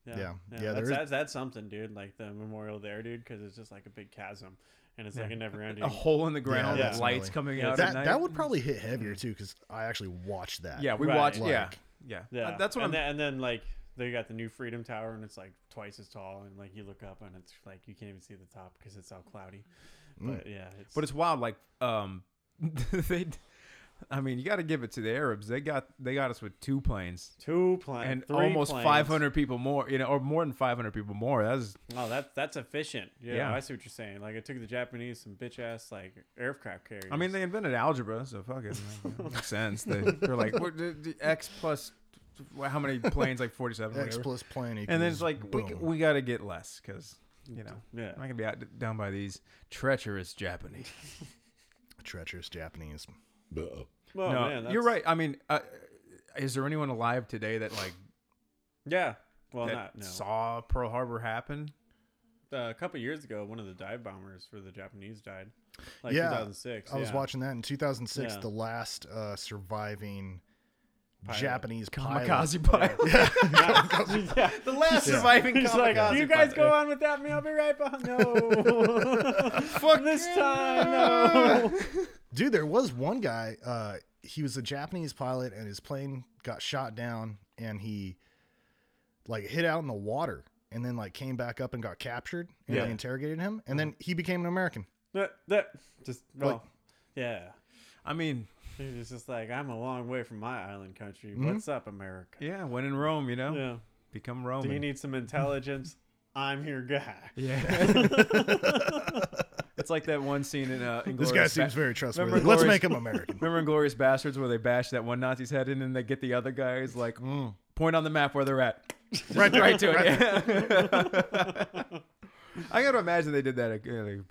B: Yeah,
C: Yeah, yeah, there
B: that's,
C: is-
B: that's, that's something, dude. Like the memorial there, dude, because it's just like a big chasm, and it's like a never ending.
A: A hole in the ground
B: Yeah,
A: with lights
C: definitely.
A: coming
B: Yeah,
A: out
C: that
A: at night.
C: that would probably hit heavier too. Because I actually watched that.
A: Mm. yeah, we
B: Right.
A: watched. yeah,
C: Like-
A: yeah,
B: Yeah,
A: Uh, That's what
B: and
A: I'm.
B: Then, and then like they got the new Freedom Tower, and it's like twice as tall, and like you look up, and it's like you can't even see the top because it's all cloudy. But yeah, it's,
A: Mm. but it's wild. Like um, they. I mean, you got to give it to the Arabs. They got they got us with two planes
B: two planes
A: and almost 500 people more. You know, or more than 500 people more. That's
B: Oh, that's that's efficient. Yeah,
A: Yeah.
B: I see what you're saying. Like it took the Japanese some bitch ass like aircraft carriers.
A: I mean, they invented algebra, so fuck it. Makes sense. They, they're like, what, d- d- X plus how many planes? Like 47. or
C: X
A: whatever.
C: plus plane equals.
A: And then it's like, we,
C: boom.
A: we got to get less because, you know,
B: yeah.
A: I'm not going to be out, down by these treacherous Japanese.
C: treacherous Japanese.
B: Well,
A: no,
B: Oh,
A: you're
B: man, that's-
A: right. I mean, uh, is there anyone alive today that like
B: Yeah. Well,
A: that
B: Oh, not no.
A: saw Pearl Harbor happen?
B: uh, a couple years ago, one of the dive bombers for the Japanese died. Like
C: Yeah,
B: 2006.
C: I was
B: yeah.
C: watching that in 2006.
B: Yeah.
C: The last uh, surviving
B: Pilot.
C: Japanese pilot.
A: Kamikaze pilot.
B: yeah.
A: the last
C: Yeah.
A: surviving
B: He's like,
A: kamikaze
B: you guys
A: pilot."
B: go on without me. I'll be right behind. No. Fuck this time. No.
C: Dude, there was one guy. Uh, he was a Japanese pilot, and his plane got shot down, and he like hid out in the water, and then like came back up and got captured, and
B: Yeah.
C: they interrogated him, and then he became an American.
B: that, that just well,
C: Like-
B: yeah.
A: I mean,
B: He's just like, I'm a long way from my island country.
C: Mm-hmm.
B: What's up, America?
A: yeah, when in Rome, you know,
B: Yeah.
A: become
B: Do you
A: Roman.
B: need some intelligence? I'm your guy.
A: yeah. it's like that one scene in uh,
C: This
A: Inglourious
C: guy seems
A: Ba-
C: very trustworthy.
A: Remember
C: Let's
A: Glorious-
C: make him American.
A: Remember in Glorious Bastards where they bash that one Nazi's head in and they get the other guy? He's like, point on the map where they're at.
C: right, there,
A: right to it.
C: right there.
A: yeah. I got to imagine they did that, uh, like,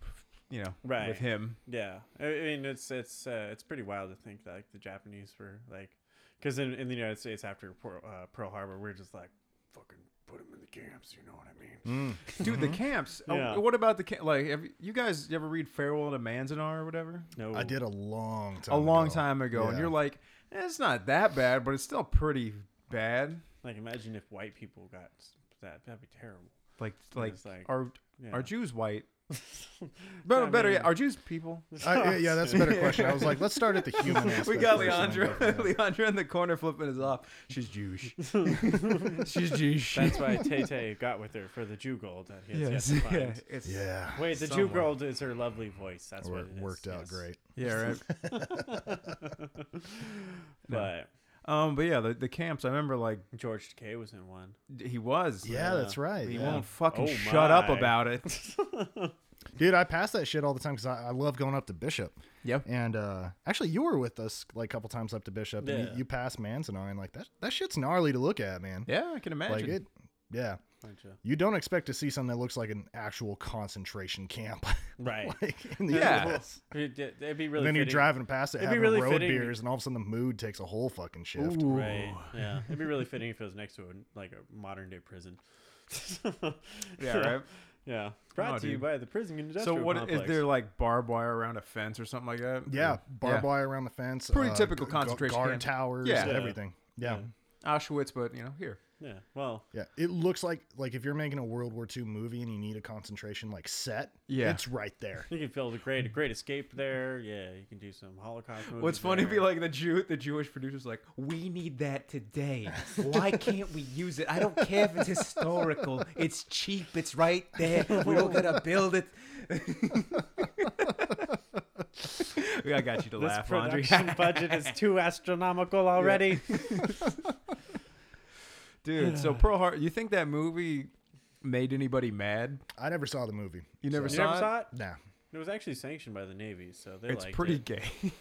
A: you know,
B: Right.
A: with him.
B: Yeah, I I mean it's it's uh, it's pretty wild to think that like the Japanese were like, because in, in the United States after Pearl, uh, Pearl Harbor, we're just like fucking put them in the camps. You know what I mean?
C: Mm.
A: Dude, the camps. Oh,
B: Mm-hmm. Yeah.
A: what about the camp? Like, have you, you guys you ever read Farewell to Manzanar or whatever? Oh,
B: No,
C: I did a long time.
A: A long
C: ago.
A: time ago. And
C: Yeah.
A: you're like, eh, it's not that bad, but it's still pretty bad.
B: Like imagine if white people got s- that. That'd be terrible.
A: Like, like,
B: it's like,
A: are,
B: yeah.
A: are Jews white? Better,
B: I
A: better
B: mean-
A: yet, are Jews people?
C: I- yeah, yeah, that's a better question. I was like, let's start at the human aspect.
A: We got
C: first and then
A: Leandra.
C: go from there.
A: Leandra in the corner flipping us off. She's Jewish. She's Jewish.
B: That's why Tay Tay got with her for the Jew gold that he
A: yes.
B: has yet to
A: Yeah.
B: find.
A: It's,
C: Yeah.
B: Wait, the Jew
A: Somewhere.
B: gold is her lovely voice. That's
C: Wor-
B: what it is,
C: worked out
B: yes.
C: great.
A: Yeah. Right.
B: But
A: Um. But yeah, the, the camps. I remember like
B: George Takei was in one.
A: d- he was.
C: Yeah, that's right.
A: He
C: yeah.
A: won't fucking
B: Oh
A: shut up
B: my.
A: about it.
C: Dude, I pass that shit all the time because I, I love going up to Bishop.
A: yep.
C: And uh, actually, you were with us like a couple times up to Bishop, and
B: Yeah.
C: you, you passed Manzanar, and like that that shit's gnarly to look at, man.
A: Yeah, I can imagine.
C: like it, yeah.
B: bunch of
C: You don't expect to see something that looks like an actual concentration camp,
B: right.
C: like in the
A: Yeah.
C: US.
B: It'd, it'd be really.
C: And then you're
B: fitting-
C: driving past it,
B: It'd be
C: having
B: really
C: road
B: fitting-
C: beers, and all of a sudden the mood takes a whole fucking shift.
B: Right. Yeah. It'd be really fitting if it was next to a, like a modern day prison.
A: Yeah, right.
B: Yeah. Brought
A: No,
B: to you
A: dude.
B: by the prison
A: So
B: industrial
A: what is
B: complex.
A: there like barbed wire around a fence or something like that?
C: Yeah,
A: Or-
C: barbed wire around the fence.
A: Pretty
C: uh,
A: typical
C: gu-
A: concentration
C: guard
A: camp.
C: towers,
A: Yeah.
B: Yeah.
C: everything. Yeah.
B: Yeah.
A: Auschwitz, but you know here.
B: Yeah. Well.
C: yeah, It looks like like if you're making a World War II movie and you need a concentration like set,
A: Yeah.
C: it's right there.
B: You can feel the great, great escape there. Yeah, you can do some Holocaust. Movies
A: What's funny
B: there.
A: be like the Jew, the Jewish producer's like, we need that today. Why can't we use it? I don't care if it's historical. It's cheap. It's right there. We don't gotta build it. I got you to
B: this
A: laugh, Laundry.
B: production budget is too astronomical already.
A: Dude, so Pearl Harbor, you think that movie made anybody mad?
C: I never saw the movie.
A: You never
B: You
A: saw
B: never
A: it?
B: saw it?
C: Nah.
B: It was actually sanctioned by the Navy, so they
A: It's
B: liked
A: pretty
B: it.
A: gay.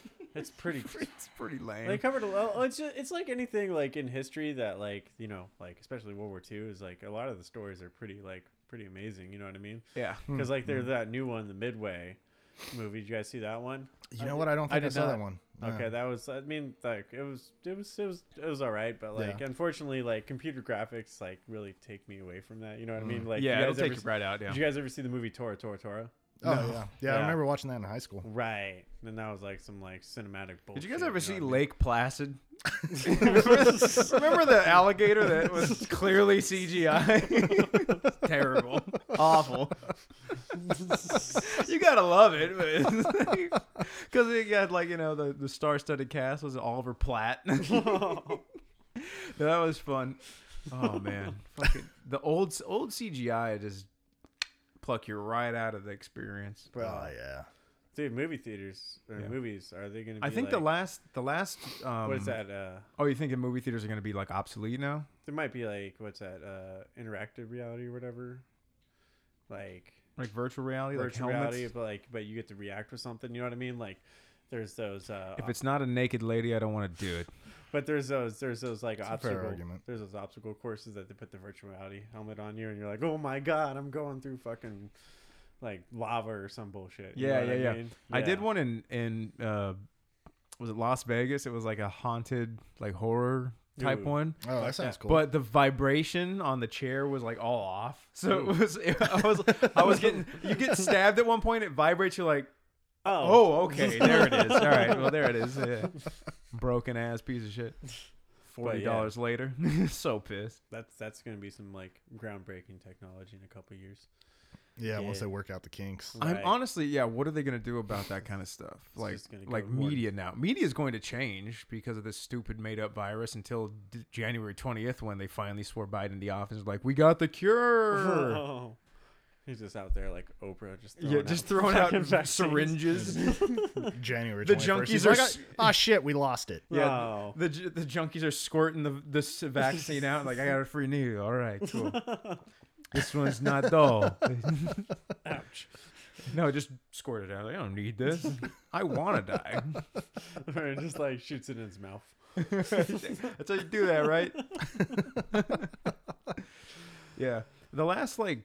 B: It's pretty.
A: it's pretty lame.
B: They covered a lot. It's just, it's like anything like in history that like you know like especially World War II is like a lot of the stories are pretty like pretty amazing. You know what I mean?
A: yeah.
B: Because like
A: Hmm.
B: there's that new one, the Midway movie. Did you guys see that one?
C: You know what? I don't
B: I
C: think I,
B: did
C: saw
B: not.
C: that one. Nah.
B: Okay, that was. I mean, like it was, it was, it was, it was all right, but like
C: Yeah.
B: unfortunately, like computer graphics like really take me away from that. You know what I mean? Like,
A: Mm. yeah,
B: you
A: it'll
B: guys
A: take
B: ever
A: you
B: see-
A: right out.
B: Did
A: Yeah.
B: you guys ever see the movie Tora Tora Tora?
C: Oh yeah. yeah, I
B: Yeah.
C: remember watching that in high school.
B: Right, and that was like some like cinematic bullshit.
A: Did you guys ever see
B: know what
A: Lake Placid? Remember the alligator that was clearly CGI? Terrible. Awful. you gotta love it. Because it got like, you know, the, the star studded cast was Oliver Platt. that was fun. Oh, man. Fucking, the old, old CGI just pluck you right out of the experience.
C: Oh yeah.
B: I mean? Dude, movie theaters or
A: Yeah.
B: movies are they going to?
A: I think the last, the last, um,
B: what is that? Uh,
A: Oh, you thinking movie theaters are going to be like obsolete now?
B: there might be like what's that? Uh, interactive reality or whatever. Like
A: Like virtual reality,
B: virtual
A: like helmets.
B: reality, but like, but you get to react with something. You know what I mean? Like, there's those. Uh,
A: If it's not a naked lady, I don't want to do it.
B: But there's those there's those like
C: a fair
B: obstacle
C: argument.
B: there's those obstacle courses that they put the virtuality helmet on you and you're like, oh my god, I'm going through fucking like lava or some bullshit. You
A: Yeah,
B: know what
A: yeah,
B: I
A: yeah.
B: mean?
A: I did
B: Yeah.
A: one in in uh, was it Las Vegas? It was like a haunted like horror type
B: Ooh.
A: one.
C: Oh, that sounds cool.
A: But the vibration on the chair was like all off, so it was. I was, I was getting. You get stabbed at one point, it vibrates. You're like,
B: Oh,
A: oh, okay, there it is. All right, well, there it is. Yeah. Broken ass piece of shit.
B: But
A: Forty
B: yeah.
A: dollars later, so pissed.
B: that's that's gonna be some like groundbreaking technology in a couple years.
C: yeah, once
B: yeah.
C: they work out the kinks.
B: Right.
A: I'm honestly, yeah. What are they going to do about that kind of stuff? Like,
B: just gonna go
A: like
B: to war.
A: media now. Media is going to change because of this stupid made-up virus until d- January 20th, when they finally swore Biden the office. Like, we got the cure.
B: Oh. He's just out there like Oprah, just throwing
A: yeah, just
B: out
A: throwing
B: fucking
A: out
B: vaccines.
A: syringes.
C: January.
A: The
C: 21st.
A: junkies
C: He's
A: are
C: like,
A: s-
C: ah shit, we lost it.
A: yeah,
B: Oh.
A: the ju- the junkies are squirting the this vaccine out. Like, I got a free needle. All right, cool. this one's not dull.
B: Ouch!
A: no, just squirt it out. Like, I don't need this. I want to die.
B: Or it just like shoots it in his mouth.
A: That's how you do that, right? yeah. The last like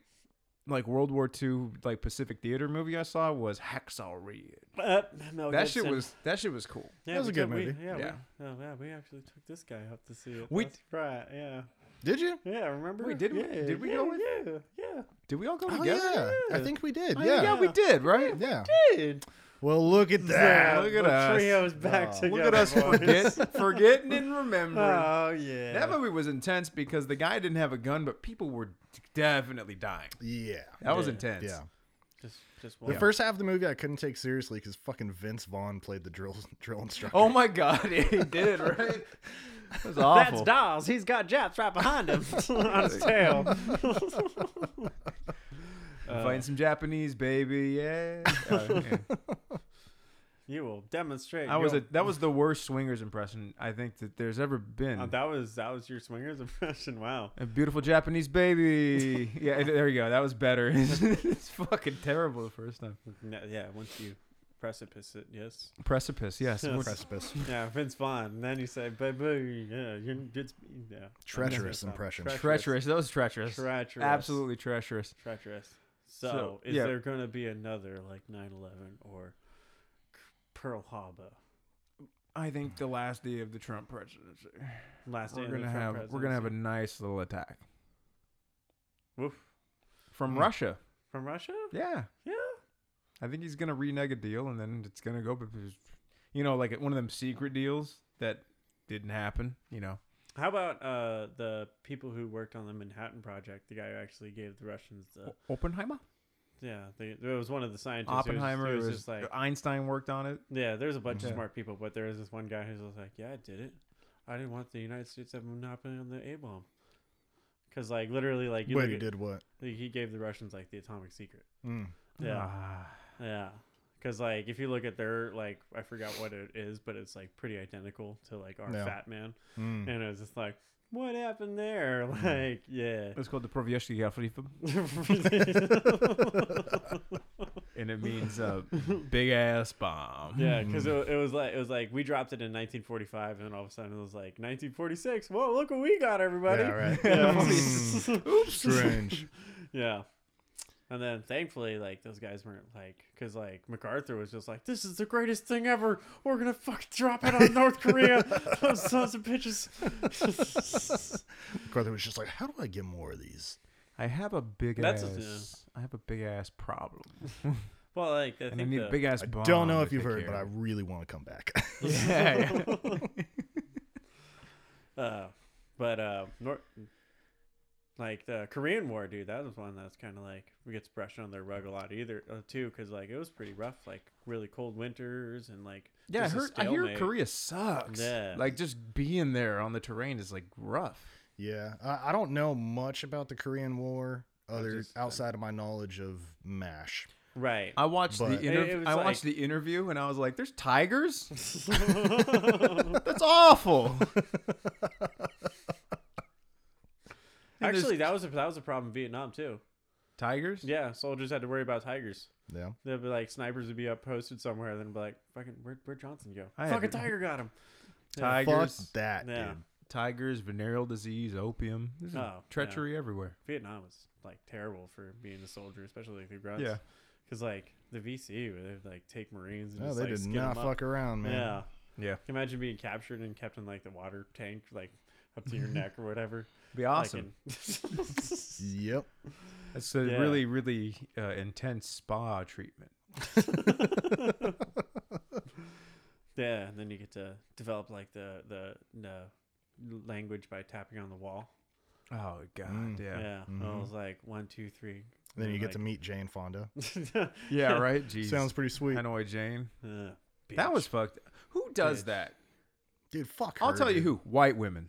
A: like World War II like Pacific Theater movie I saw was Hacksaw Ridge.
B: Uh,
C: Oh,
B: Mel
A: That shit
B: Gibson.
A: was that shit was cool.
B: Yeah,
C: That was
B: we
C: a good
B: took- we-
C: movie.
B: yeah,
A: Yeah.
B: We, oh, yeah, we actually took this guy out to see it.
A: We-
B: That's right. Yeah,
C: Did you?
B: yeah. Remember?
A: Wait, did we-
B: yeah,
A: did we
B: yeah,
A: go with-
B: Yeah, yeah.
A: Did we all go
C: Oh
A: together?
C: yeah, I
B: Yeah.
C: think we did.
A: I-
C: Yeah.
A: yeah, we did, right?
C: Yeah.
B: Dude,
C: Well, look at that.
A: look at
B: the
A: us.
B: Trio's back
C: Oh.
B: together.
A: Look at us
B: boys.
A: forget, forgetting and remembering.
C: Ah.
B: Oh yeah.
A: that movie was intense because the guy didn't have a gun, but people were definitely dying.
C: Yeah.
A: That was
B: Yeah.
A: intense.
C: Yeah.
B: just, just
C: The
B: one.
C: first half of the movie I couldn't take seriously because fucking Vince Vaughn played the drill drill instructor.
A: Oh my god, he did, right? That was awful.
B: That's Dawes. He's got Japs right behind him on his tail. Uh,
A: Fighting some Japanese baby, yeah. Uh, Oh, yeah.
B: you will demonstrate.
A: I was
B: your-
A: a, that was the worst swingers impression I think that there's ever been.
B: Uh, that was that was your swingers impression. Wow.
A: a beautiful Japanese baby. yeah, there you go. That was better. it's fucking terrible the first time.
B: No, yeah. Once you precipice it, yes.
A: Precipice, yes.
B: Yes.
A: We're-
C: Precipice.
B: Yeah, Vince Vaughn. And then you say, baby, yeah, you're good. Yeah.
C: Treacherous
B: Stop.
C: impression.
A: Treacherous. That was treacherous.
B: Treacherous.
A: Absolutely treacherous.
B: Treacherous. So,
A: So,
B: is
A: yeah.
B: there going to be another like 9 11 or Pearl Harbor?
A: I think the last day of the Trump presidency.
B: Last day
A: We're
B: of the
A: gonna
B: Trump
A: have we're gonna have a
B: presidency?
A: nice little attack
B: Woof.
A: from
C: Hmm.
A: Russia.
B: From Russia?
A: Yeah,
B: Yeah.
A: I think he's gonna renege a deal, and then it's gonna go. because- You know, like one of them secret deals that didn't happen. You know,
B: How about uh, the people who worked on the Manhattan Project? The guy who actually gave the Russians the
A: O- Oppenheimer,
B: yeah, they, there was one of the scientists. who was-
A: Oppenheimer.
B: who
A: was
B: was just like
A: Einstein worked on it.
B: Yeah, there's a bunch
A: Yeah.
B: of smart people, but there is this one guy who's just like, "Yeah, I did it. I didn't want the United States to have monopoly on the A bomb." Because like literally, like you
C: Wait,
B: look
C: he
B: at-
C: did what?
B: like, he gave the Russians like the atomic secret.
C: Mm.
B: Yeah,
A: Ah.
B: yeah. Because like if you look at their like I forgot what it is, but it's like pretty identical to like our
C: Yeah.
B: Fat Man,
C: Mm.
B: and it was just like, "What happened there?"
C: Hmm.
B: Like, yeah.
A: it's called the Provyeshki Yafrifim, and it means uh, big ass bomb.
B: Yeah, because
C: Hmm.
B: it, it was like it was like we dropped it in 1945, and all of a sudden it was like 1946. Whoa, look what we got, everybody!
C: Yeah, right.
B: Yeah.
C: Mm. Strange.
B: Yeah. And then thankfully, like those guys weren't like, because like MacArthur was just like, "This is the greatest thing ever. We're gonna fuck drop it on North Korea, those sons of bitches."
C: Carter was just like, how do I get more of these?
A: I have a big
B: That's a-
A: ass. I have a big ass problem,
B: well, like I
A: and I
B: think
A: need
B: the,
A: a big ass
C: I
A: bomb.
C: don't know
A: to
C: if you've
A: take
C: heard,
A: care
C: but I
A: of.
C: really want to come back.
A: yeah, yeah.
B: uh, but uh, Nor- like the Korean War, dude, that was one that's kind of like we gets brushed under the rug a lot either uh, too, because like it was pretty rough, like really cold winters and like
A: Yeah, I
B: just a
A: heard. I hear
B: stalemate.
A: Korea sucks.
B: Yeah.
A: like just being there on the terrain is like rough.
C: yeah, I, I don't know much about the Korean War other
B: just-
C: outside of my knowledge of MASH.
B: right.
A: I watched
C: But-
A: the
B: It- it
A: interview.
B: was
A: I
B: like-
A: watched the interview, and I was like, "There's tigers. That's awful." And there's
B: Actually, that was a, that was a problem in Vietnam too.
A: tigers.
B: Yeah, soldiers had to worry about tigers.
C: Yeah.
B: They'd be like snipers would be up posted somewhere, then be like, "Fucking, where where Johnson go?
A: I had
B: Fucking
A: to-
B: tiger got him." Yeah.
A: Tigers,
C: Fuck that,
B: Yeah.
C: dude.
A: tigers, venereal disease, opium. There's
B: Oh, yeah.
A: treachery everywhere.
B: Vietnam was like terrible for being a soldier, especially like the grunts.
A: Yeah.
B: because like the VC, where they'd like take Marines and
A: Oh,
C: No,
B: just
C: Oh, they
B: like
C: did
B: skin
C: not
B: 'em up.
C: fuck around, man.
B: Yeah,
A: Yeah,
B: Can you imagine being captured and kept in like the water tank, like up to your neck or whatever.
A: be awesome.
B: Like, in-
C: Yep.
A: It's a
B: Yeah.
A: really, really uh, intense spa treatment.
B: yeah, and then you get to develop like the the, the language by tapping on the wall.
A: Oh God,
C: Mm.
A: yeah. Mm-hmm.
B: Yeah,
A: yeah,
B: I
C: Mhm.
B: was like one, two, three.
C: And then you get to
B: like-
C: meet Jane Fonda.
A: right. Jeez.
C: Sounds pretty sweet.
A: Hanoi Jane.
B: Uh,
A: That
B: bitch.
A: was fucked. Who does
B: Bitch.
A: that?
C: Dude, fuck her.
A: I'll tell you
C: dude.
A: who. White women.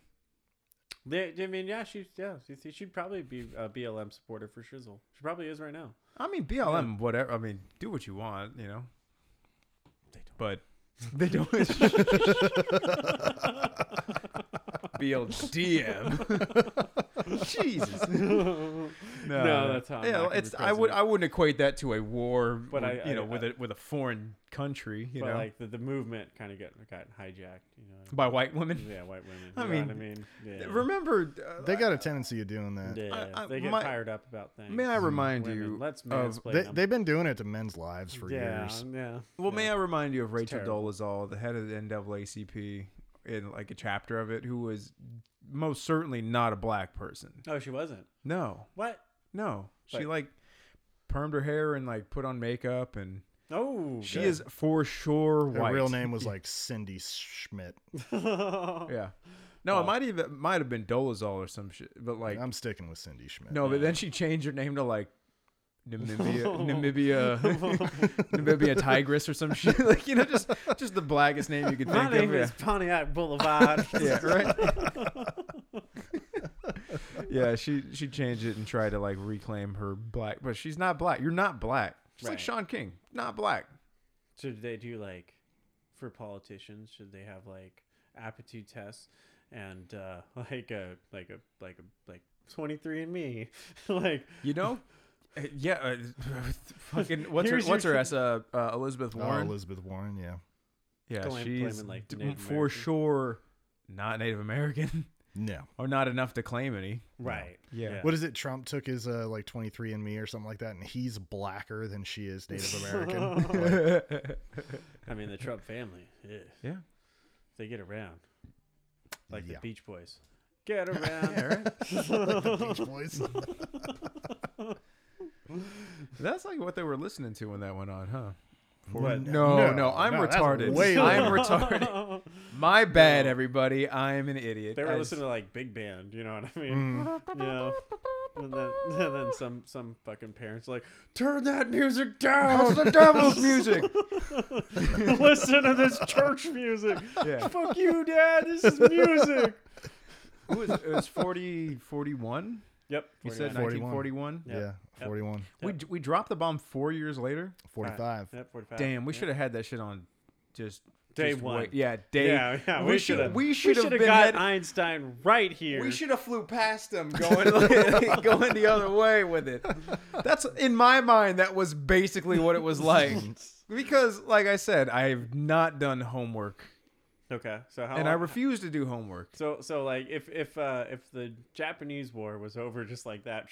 B: They, I mean, yeah, she, yeah, she, she'd probably be a BLM supporter for Shizzle. She probably is right now.
A: I mean, BLM, whatever. I mean, do what you want, you know.
B: They don't.
A: But they don't. BLDM. Jesus. No,
B: No, that's how I'm not
A: yeah.
B: gonna
A: It's
B: be
A: I would
B: president.
A: I wouldn't equate that to a war,
B: But
A: with,
B: I-
A: you
B: I-
A: know, with
B: I-
A: a with a foreign country, you
B: but
A: know,
B: like the, the movement kind of got got hijacked, you know.
A: by white women.
B: Yeah, white women.
A: I
B: You know what
A: mean,
B: I mean, yeah.
A: Remember, uh,
C: They got a tendency of doing that.
B: Yeah,
A: I- I-
B: they get
A: my-
B: fired up about things. Mm-hmm.
A: May I remind
B: Women,
A: you
B: Let's
A: of
B: mansplain
C: They,
B: them.
C: they've been doing it to men's lives for
B: yeah,
C: years.
B: yeah.
A: Well, may
B: yeah.
A: I remind you of Rachel
B: terrible.
A: Dolezal, the head of the NAACP, in like a chapter of it, who was most certainly not a black person.
B: Oh, she wasn't.
A: No,
B: What?
A: no, she
B: Like-
A: like permed her hair and like put on makeup, and
B: Oh,
A: she
B: good.
A: is for sure
C: Her
A: white.
C: real name was like Cindy Schmidt.
A: Yeah. No, it
B: Wow.
A: might even might have been Dolezal or some shit, but like
C: I'm sticking with Cindy Schmidt.
A: no, but then she changed her name to like. Namibia, Namibia, Namibia tigress or some shit. Like you know, just just the blackest name you could
B: My
A: think
B: name
A: of. yeah.
B: is Pontiac Boulevard.
A: yeah, right. yeah, she she changed it and tried to like reclaim her black, but she's not black. You're not black. She's like
B: Right.
A: Sean King, not black.
B: should they do like for politicians? Should they have like aptitude tests and uh, like a like a like a like twenty three and me? like
A: You know, Uh, Yeah, uh, fucking what's
B: Here's
A: her what's
B: your-
A: her ass? Uh, uh, Elizabeth
C: Oh,
A: Warren.
C: Elizabeth Warren, yeah.
A: yeah,
B: Glam-
A: she's
B: blaming, like,
A: d-
B: Native
A: for
B: American.
A: sure not Native American
C: No.
A: or not enough to claim any.
B: Right.
A: Yeah.
C: What is it? Trump took his uh, like 23 and me or something like that, and he's blacker than she is Native American.
B: I mean, the Trump family. Yeah.
A: Yeah.
B: They get around. Like
C: Yeah.
B: the Beach Boys. Get around.
C: Beach Boys.
A: That's like what they were listening to when that went on, huh?
C: What?
A: No, no, I'm
C: no, that's
A: retarded.
C: way
A: I'm
C: over.
A: retarded. My bad, everybody. I'm an idiot.
B: they were
A: I Mm. just-
B: listening to like big band, you know what I mean? You know? And then, and then some some fucking parents are like, turn that music
A: That's
B: down.
A: the devil's music.
B: Listen to this church music.
A: Yeah.
B: Fuck you, dad. This is music.
A: Who was it? It was 40, 41?
B: Yep.
A: You said
B: 49.
C: 49.
A: 1941?
B: Yep.
C: Yeah,
B: Yep.
C: 41,
A: We, d- we dropped the bomb four years later.
C: 45.
B: Yep, 45.
A: Damn, we
B: Yeah.
A: should have had that shit on just
B: Day
A: just
B: one.
A: wait- Yeah, day.
B: Yeah, yeah, we, should have.
A: We should have been.
B: got
A: head-
B: Einstein right here.
A: we should have flew past them, going like, going the other way with it. That's in my mind. That was basically what it was like. Because, like I said, I have not done homework,
B: Okay, so how?
A: and I
B: long-
A: refuse to do homework.
B: so so like if if uh, if the Japanese war was over just like that,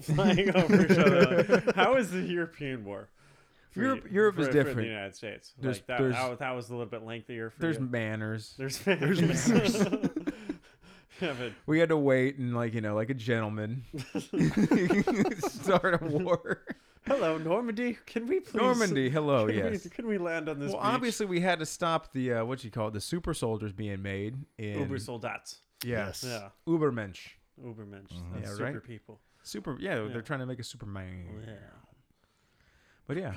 B: flying over each other, like, how is the European war? for you-
A: Europe- Europe is
B: for- for the
A: different.
B: United States,
A: There's-
B: like that,
A: there's-
B: that, was- that was a little bit lengthier. For
A: There's
B: you.
A: manners.
B: there's there's manners. yeah, but
A: We had to wait and, like you know, like a gentleman, start a war.
B: hello Normandy, can we please
A: Normandy, hello,
B: Can
A: yes.
B: we, can we land on this?
A: Well,
B: beach?
A: obviously, we had to stop the uh, what you call it, the super soldiers being made in
B: Uber soldats.
A: Yes,
B: Yeah,
A: Ubermensch.
B: Ubermensch,
A: Mm-hmm. Yeah,
B: that's
A: right.
B: super people.
A: Super. Yeah,
B: Yeah. Oh,
A: they're trying to make a Superman.
B: Yeah, Uh-huh.
A: But yeah,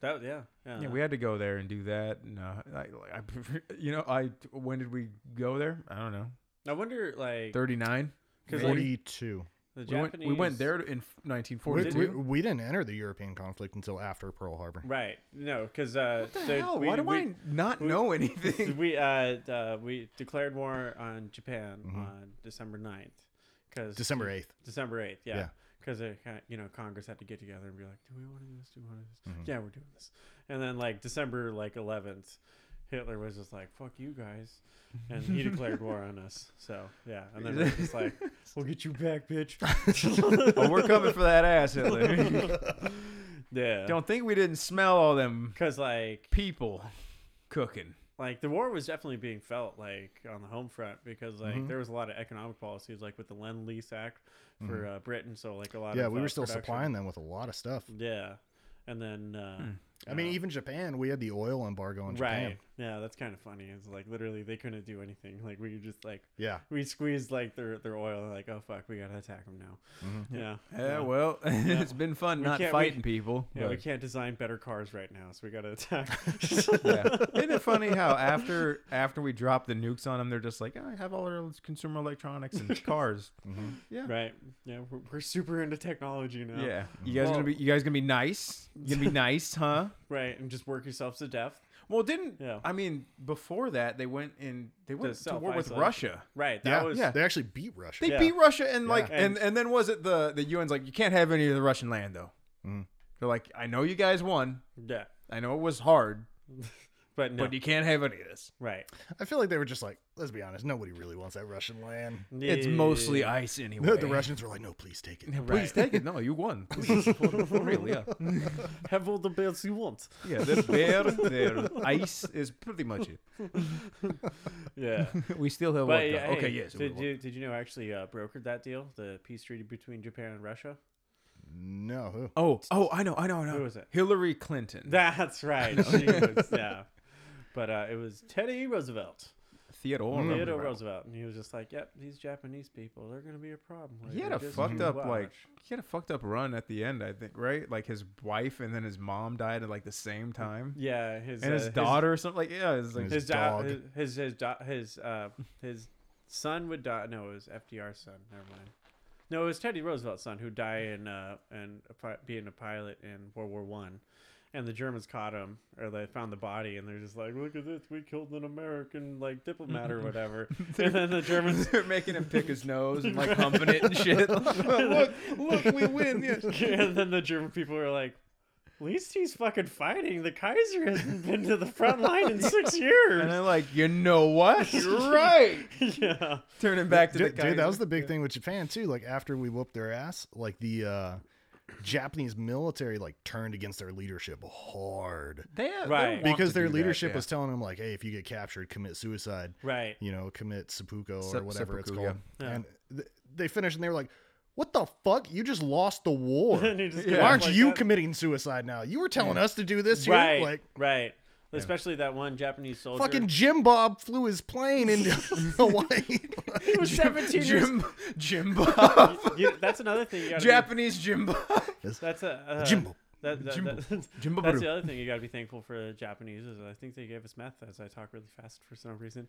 B: that yeah yeah.
A: yeah, we had to go there and do that. And uh, I, I, you know, I when did we go there? I don't know.
B: I wonder like
A: Thirty nine.
B: 'Cause, like,
C: 42.
B: the
A: We went,
B: Japanese.
A: we went there in nineteen forty
C: We, we,
A: two.
C: we didn't enter the European conflict until after Pearl Harbor.
B: Right. No, because uh,
A: What the
B: so
A: hell?
B: We,
A: Why do
B: we,
A: I not
B: we-
A: know anything?
B: We uh, uh, we declared war on Japan
A: Mm-hmm.
B: on December 9th. Cause
C: December 8th.
B: December 8th. Yeah.
C: Yeah.
B: Because you know Congress had to get together and be like, do we want to do this? Do we want to do this?
C: Mm-hmm.
B: Yeah, we're doing this. And then like December like 11th, Hitler was just like, fuck you guys, and he declared war on us. So yeah, and then we're just like, we'll get you back, bitch.
A: oh, we're coming for that ass, Hitler.
B: yeah.
A: don't think we didn't smell all them
B: Because like
A: people cooking.
B: like the war was definitely being felt like on the home front because like
C: Mm-hmm.
B: there was a lot of economic policies like with the lend lease act for uh, britain so like a lot
C: Mm-hmm. Yeah,
B: of
C: we
B: uh,
C: were still
B: production-
C: supplying them with a lot of stuff.
B: yeah and then uh,
C: I mean, even Japan, we had the oil embargo in Japan.
B: right yeah that's kind of funny it's like literally they couldn't do anything like we just like
C: Yeah.
B: we squeezed like their their oil and like oh fuck we gotta attack them now
C: Mm-hmm.
B: yeah
A: Yeah, Uh, well, it's been fun not
B: can't- we-
A: fighting people.
B: yeah, we
A: but-
B: can't design better cars right now, so we gotta attack.
A: yeah. Isn't it funny how after after we drop the nukes on them, they're just like, "Oh, I have all our consumer electronics and cars.
C: Mm-hmm.
A: Yeah,
B: right? Yeah, we're, we're super into technology now.
A: yeah. Mm-hmm. You guys
B: Well-
A: gonna be you guys gonna be nice? You gonna be nice, huh?
B: right. And just work yourselves to death.
A: Well, didn't
B: Yeah.
A: I mean before that they went in they went to war with
B: self-isolation.
A: Russia.
B: Right. That
C: Yeah.
B: was
A: yeah.
C: They actually beat Russia.
A: They
B: Yeah.
A: beat Russia and like
B: And-
A: and, and then was it the the UN's like you can't have any of the Russian land though.
B: Mm.
A: They're like I know you guys won.
B: yeah.
A: I know it was hard,
B: But no.
A: but you can't have any of this.
B: right.
C: I feel like they were just like, let's be honest, nobody really wants that Russian land.
A: It's mostly ice anyway.
C: The, the Russians were like, no, please take it.
A: Please take it. No, you won. really, yeah.
B: have all the bells you want.
A: Yeah, the bear, the ice is pretty much it.
B: Yeah.
A: We still have
B: but
A: one.
B: yeah,
A: okay,
B: hey,
A: yes.
B: Did you did you know actually uh, brokered that deal, the peace treaty between Japan and Russia?
C: No. who?
A: oh, oh, I know, I know, I know.
B: Who was it?
A: Hillary Clinton.
B: That's right. she was, yeah. But uh, it was Teddy Roosevelt,
A: Theodore.
B: Mm. Theodore
A: Roosevelt.
B: Roosevelt, and he was just like, "Yep, these Japanese people, they're gonna be a problem."
A: He had
B: later.
A: a
B: Just
A: fucked up
B: watch."
A: like he had a fucked up run at the end. I think right, like his wife and then his mom died at like the same time,
B: yeah, his
A: and
B: uh,
A: his daughter or something. Like yeah, it's like
C: His
B: his da-
C: dog.
B: his his his, da- his uh his son would die. No, it was FDR's son. Never mind. No, it was Teddy Roosevelt's son who died in uh and a, pi- being a pilot in World War One, and the Germans caught him, or they found the body, and they're just like, "Look at this, we killed an American like diplomat or whatever." and then the Germans,
A: They're making him pick his nose and like humping it and shit. look, look, we win. Yes.
B: and then the German people were like, "At least he's fucking fighting. The Kaiser hasn't been to the front line in six
A: And
B: years."
A: I'm like, you know what? You're right.
B: yeah,
A: Turning back to
C: dude,
A: the
C: dude, that was the big thing with Japan too. Like after we whooped their ass, like the uh, Japanese military like turned against their leadership hard
A: They, they
B: Right.
A: want
C: because
A: to
C: their
A: do that,
C: leadership
A: yeah.
C: was telling them like, hey, if you get captured, commit suicide.
B: right.
C: You know, commit seppuku or
A: Sep-
C: whatever it's
A: seppuku,
C: called.
B: yeah. Yeah.
C: And th- they finished and they were like, what the fuck? You just lost the war.
B: And he just
A: Yeah.
B: goes
C: Why aren't
B: like
C: you
B: that.
C: committing suicide now? You were telling us to do this here.
B: right,
C: Like
B: right. Especially that one Japanese soldier.
C: fucking Jim Bob flew his plane into Hawaii.
B: he was 17 years.
A: Jim, Jim Bob.
B: You- that's another thing you got to
A: Japanese Jim Bob.
B: That's a uh,
C: Jimbo.
B: That, that,
A: Jimbo.
B: that-
A: Jimbo
B: that's
A: Baru.
B: the other thing you got to be thankful for the Japanese is I think they gave us meth as I talk really fast for some reason.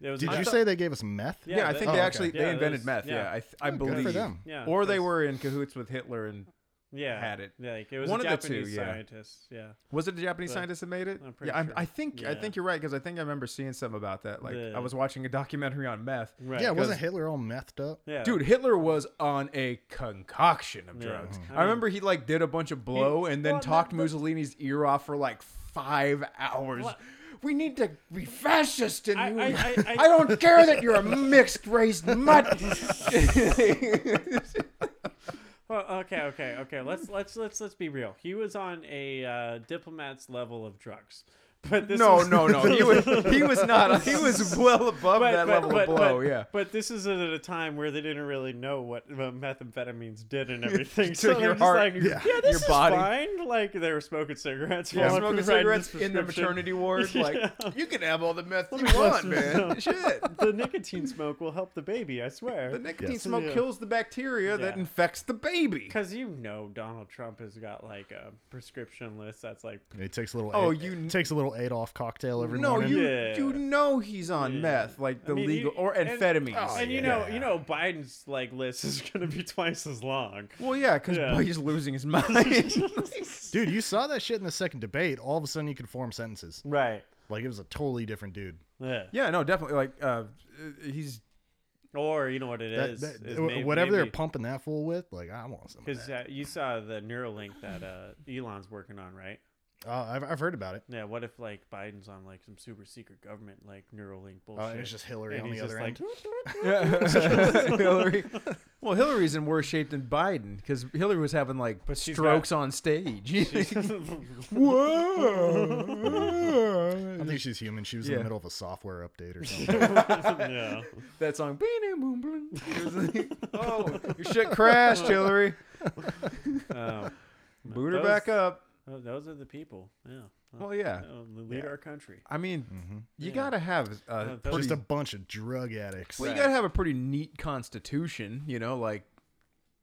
B: It was
C: Did
B: I
C: you
B: thought-
C: say they gave us meth?
A: Yeah,
B: Yeah,
A: I
B: they-
A: think
C: Oh,
A: they
C: okay.
A: actually
B: Yeah,
A: they invented
B: those-
A: meth. Yeah,
B: yeah.
A: I, th- I
C: Oh, good for
A: believe.
C: them.
B: Yeah.
A: Or they
B: that's-
A: were in cahoots with Hitler, and
B: yeah,
A: had it.
B: Yeah, like, it was
A: One
B: a
A: of the two,
B: Japanese
A: yeah.
B: scientist. Yeah.
A: was it a Japanese
B: But
A: scientist that made it?
B: I'm pretty
A: yeah, I'm,
B: sure.
A: I think I
B: Yeah.
A: think you're right because I think I remember seeing something about that. Like I
B: The-
A: was watching a documentary on meth.
B: Right.
C: yeah,
B: Yeah.
C: wasn't Hitler all methed up?
A: Dude, Hitler was on a concoction of
B: Yeah.
A: drugs.
B: Mhm. I
A: I, remember he like did a bunch of blow and then
B: well,
A: talked
B: the- the-
A: Mussolini's ear off for like five hours.
B: What?
A: We need to be fascist, and
B: I-
A: you-
B: I- I- I-
A: I don't care that you're a mixed race mutt.
B: Well, okay, okay, okay. Let's let's let's let's be real. He was on a uh, diplomat's level of drugs, but this
A: no,
B: was-
A: no, no. He was he was not. He was well above that level of blow.
B: but-
A: yeah.
B: But this is at a time where they didn't really know what uh, methamphetamines did and everything. so
A: To
B: they're
A: your
B: just
A: heart,
B: like,
A: yeah,
B: yeah,
A: your
B: this is
A: body."
B: fine. Like they were smoking cigarettes.
A: Yeah,
B: while on
A: smoking
B: providing this
A: cigarettes in the
B: prescription.
A: maternity ward. Like
B: Yeah.
A: you can have all the meth you
B: the
A: want,
B: meth-
A: man. Shit.
B: the nicotine smoke will help the baby. I
A: The
B: swear.
A: nicotine
C: Yes.
A: smoke
B: Yeah.
A: kills the bacteria that
B: Yeah.
A: infects the baby.
B: Because you know Donald Trump has got like a prescription list that's like
C: It takes a little.
A: Oh,
C: Ad-
A: you kn-
C: takes a little Adolf cocktail every
A: No,
C: morning.
A: you
B: Yeah.
A: you know he's on
B: Yeah.
A: meth, like the
B: I mean,
A: legal
B: you-
A: or
B: and-
A: amphetamines.
C: Oh,
B: and you
C: yeah.
B: know, you know, Biden's like list is gonna be twice as long.
A: Well, yeah, because
B: Yeah.
A: he's losing his mind.
C: dude, you saw that shit in the second debate. All of a sudden, you could form sentences.
B: Right.
C: Like it was a totally different dude.
B: Yeah.
A: yeah, no, definitely. Like uh, he's
B: Or you know what it
C: That,
B: is?
C: that-
B: is
C: wh-
B: may-
C: whatever they're
B: maybe-
C: pumping that fool with, like I want some. Of
B: Because
C: that.
B: uh, you saw the Neuralink that uh, Elon's working on, right?
C: Uh, I've, I've heard about it.
B: Yeah. What if like Biden's on like some super secret government like Neuralink bullshit?
C: Uh, and it's just Hillary
B: and
C: on the
B: he's Oh, just
C: other
B: like,
C: end.
A: Hillary. Well, Hillary's in worse shape than Biden because Hillary was having like
B: But she's
A: strokes on stage.
C: I
A: Whoa!
C: don't think she's human. She was in
A: Yeah.
C: the middle of a software update or something.
B: yeah.
A: that song. "Beanie Boom Boom." It was like, oh, your shit crashed, Hillary.
B: Um,
A: Boot her
B: those-
A: back up.
B: tho- Those are the people. Yeah.
A: Well, yeah.
B: Uh, they lead our country.
A: I mean, you
B: Yeah.
A: gotta have a
B: those-
A: pretty
C: Just a bunch of drug addicts.
A: Well, you
B: Right.
A: gotta have a pretty neat constitution, you know, like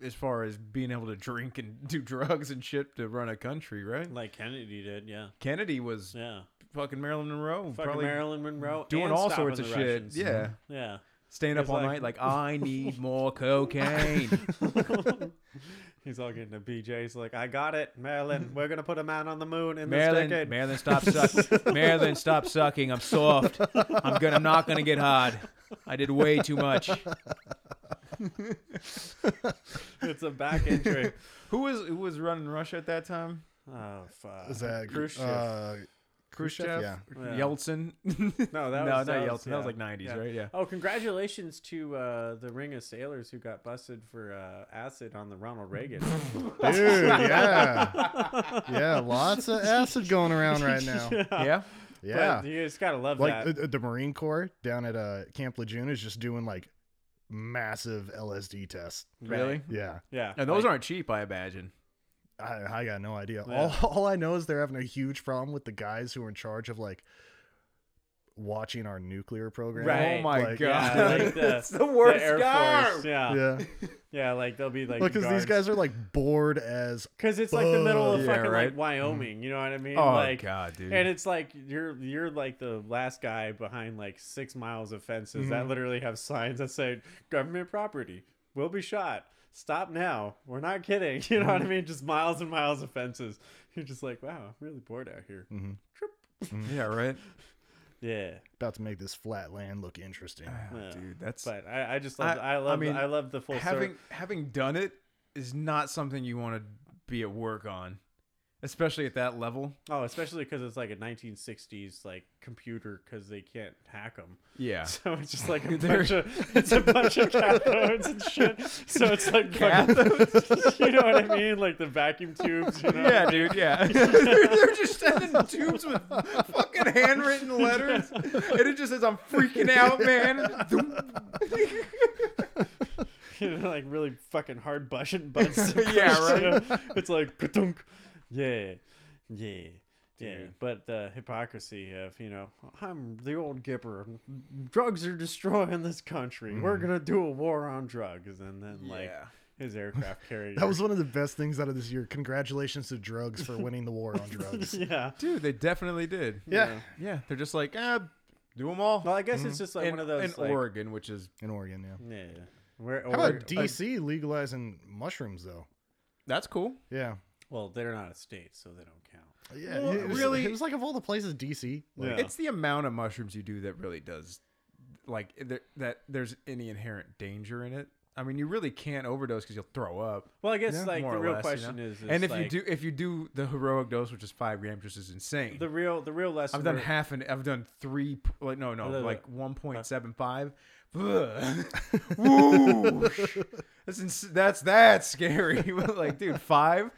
A: as far as being able to drink and do drugs and shit to run a country, right?
B: Like Kennedy did. Yeah.
A: Kennedy was
B: Yeah.
A: fucking Marilyn Monroe,
B: Fucking
A: probably
B: Marilyn Monroe.
A: doing
B: and
A: all
B: stopping
A: sorts of
B: the
A: shit.
B: Russians.
A: Yeah,
B: Yeah.
A: staying up
B: It's
A: all
B: like-
A: night, like I need more cocaine.
B: He's all getting a BJ's like, I got it, Marilyn. We're gonna put a man on the moon in this
A: Marilyn,
B: decade.
A: Marilyn, stop sucking. Marilyn, stop sucking. I'm soft. I'm gonna. I'm not gonna get hard. I did way too much.
B: It's a back entry.
A: Who was who was running Russia at that time?
B: oh fuck.
C: Is that
B: Khrushchev?
C: Uh,
A: Khrushchev,
C: Yeah.
B: Yeah.
A: Yeltsin.
B: no, that
A: no,
B: was
A: not
B: that
A: Yeltsin. That was like '90s,
B: yeah.
A: right? Yeah.
B: Oh, congratulations to uh, the ring of sailors who got busted for uh, acid on the Ronald Reagan.
C: Dude, yeah. Yeah, lots of acid going around right now.
A: Yeah.
C: Yeah.
B: But you just gotta love
C: Like uh,
B: that.
C: the, the Marine Corps down at uh, Camp Lejeune is just doing like massive LSD tests.
A: Really?
B: Right.
C: Yeah.
B: yeah,
A: And those
B: like,
A: aren't cheap, I imagine.
C: I, I got no idea.
B: Yeah.
C: All, all I know is they're having a huge problem with the guys who are in charge of like watching our nuclear program.
B: Right.
A: Oh my
C: Like,
A: god,
B: yeah, like the-
A: it's the
B: the
A: worst
B: Air
A: guy.
B: Force. Yeah. yeah,
C: Yeah.
B: like they'll be like
C: Because these
B: guards.
C: guys are like bored as
B: Because it's like the middle of
A: Yeah,
B: fucking
A: right.
B: like Wyoming, you know what I mean?
A: Oh
B: like,
A: god, dude.
B: and it's like you're you're like the last guy behind like
A: Mm-hmm.
B: six miles of fences that literally have signs that say government property will be shot. stop now. We're not kidding. You know what
A: Mm-hmm.
B: I mean? Just miles and miles of fences. You're just like, wow, I'm really bored out here.
A: Mm-hmm. Mm. yeah, right.
B: Yeah.
C: About to make this flat land look interesting.
B: yeah.
A: Ah, Dude, that's
B: But I, I just love
A: I-
B: I,
A: I
B: love
A: mean,
B: I love the full
A: having
B: circle.
A: having done it is not something you want to be at work on, especially at that level.
B: Oh, especially because it's like a 1960s like computer because they can't hack them.
A: Yeah.
B: So it's just like a
A: They're-
B: bunch of it's a bunch of cathodes and shit. So it's like fucking- you know what I mean? Like the vacuum tubes. You know?
A: Yeah, dude. Yeah, they're, they're just sending tubes with fucking handwritten letters, and it just says, "I'm freaking out, man."
B: You know, like really fucking hard bushing butts.
A: Yeah, right.
B: You know? It's like ka-dunk. yeah, yeah. Yeah,
A: Dude.
B: but the hypocrisy of, you know, I'm the old Gipper. Drugs are destroying this country. We're going to do a war on drugs. And then, like,
A: Mm-hmm. Yeah.
B: his aircraft carrier.
C: That was one of the best things out of this year. Congratulations to drugs for winning the war on drugs.
B: yeah.
A: Dude, they definitely did.
C: yeah.
A: Yeah, they're just like, ah, do them all.
B: Well, I guess it's just like
A: in,
B: one of those.
A: in
B: like,
A: Oregon, which is
C: In Oregon, yeah.
B: Yeah. Where,
C: How
B: or,
C: about DC legalizing mushrooms though?
A: that's cool.
C: Yeah.
B: well, they're not a state, so they don't count.
C: Yeah.
A: Well,
C: it was-
A: really-
C: it was like of all the places DC. Like,
B: Yeah.
A: It's the amount of mushrooms you do that really does, like, there, that there's any inherent danger in it. I mean, you really can't overdose because you'll throw up.
B: Well, I guess
C: Yeah.
B: like
A: more
B: the
A: or
B: real
A: less, you
B: question
A: know?
B: is, is,
A: and if
B: like,
A: you do, if you do the heroic dose, which is five grams, which is insane.
B: the real the real lesson.
A: I've done
B: we're-
A: half and I've done three. p- Like no, no,
B: Look, look.
A: like one point seven five. Woo! that's ins- that's that's scary. like, dude, five.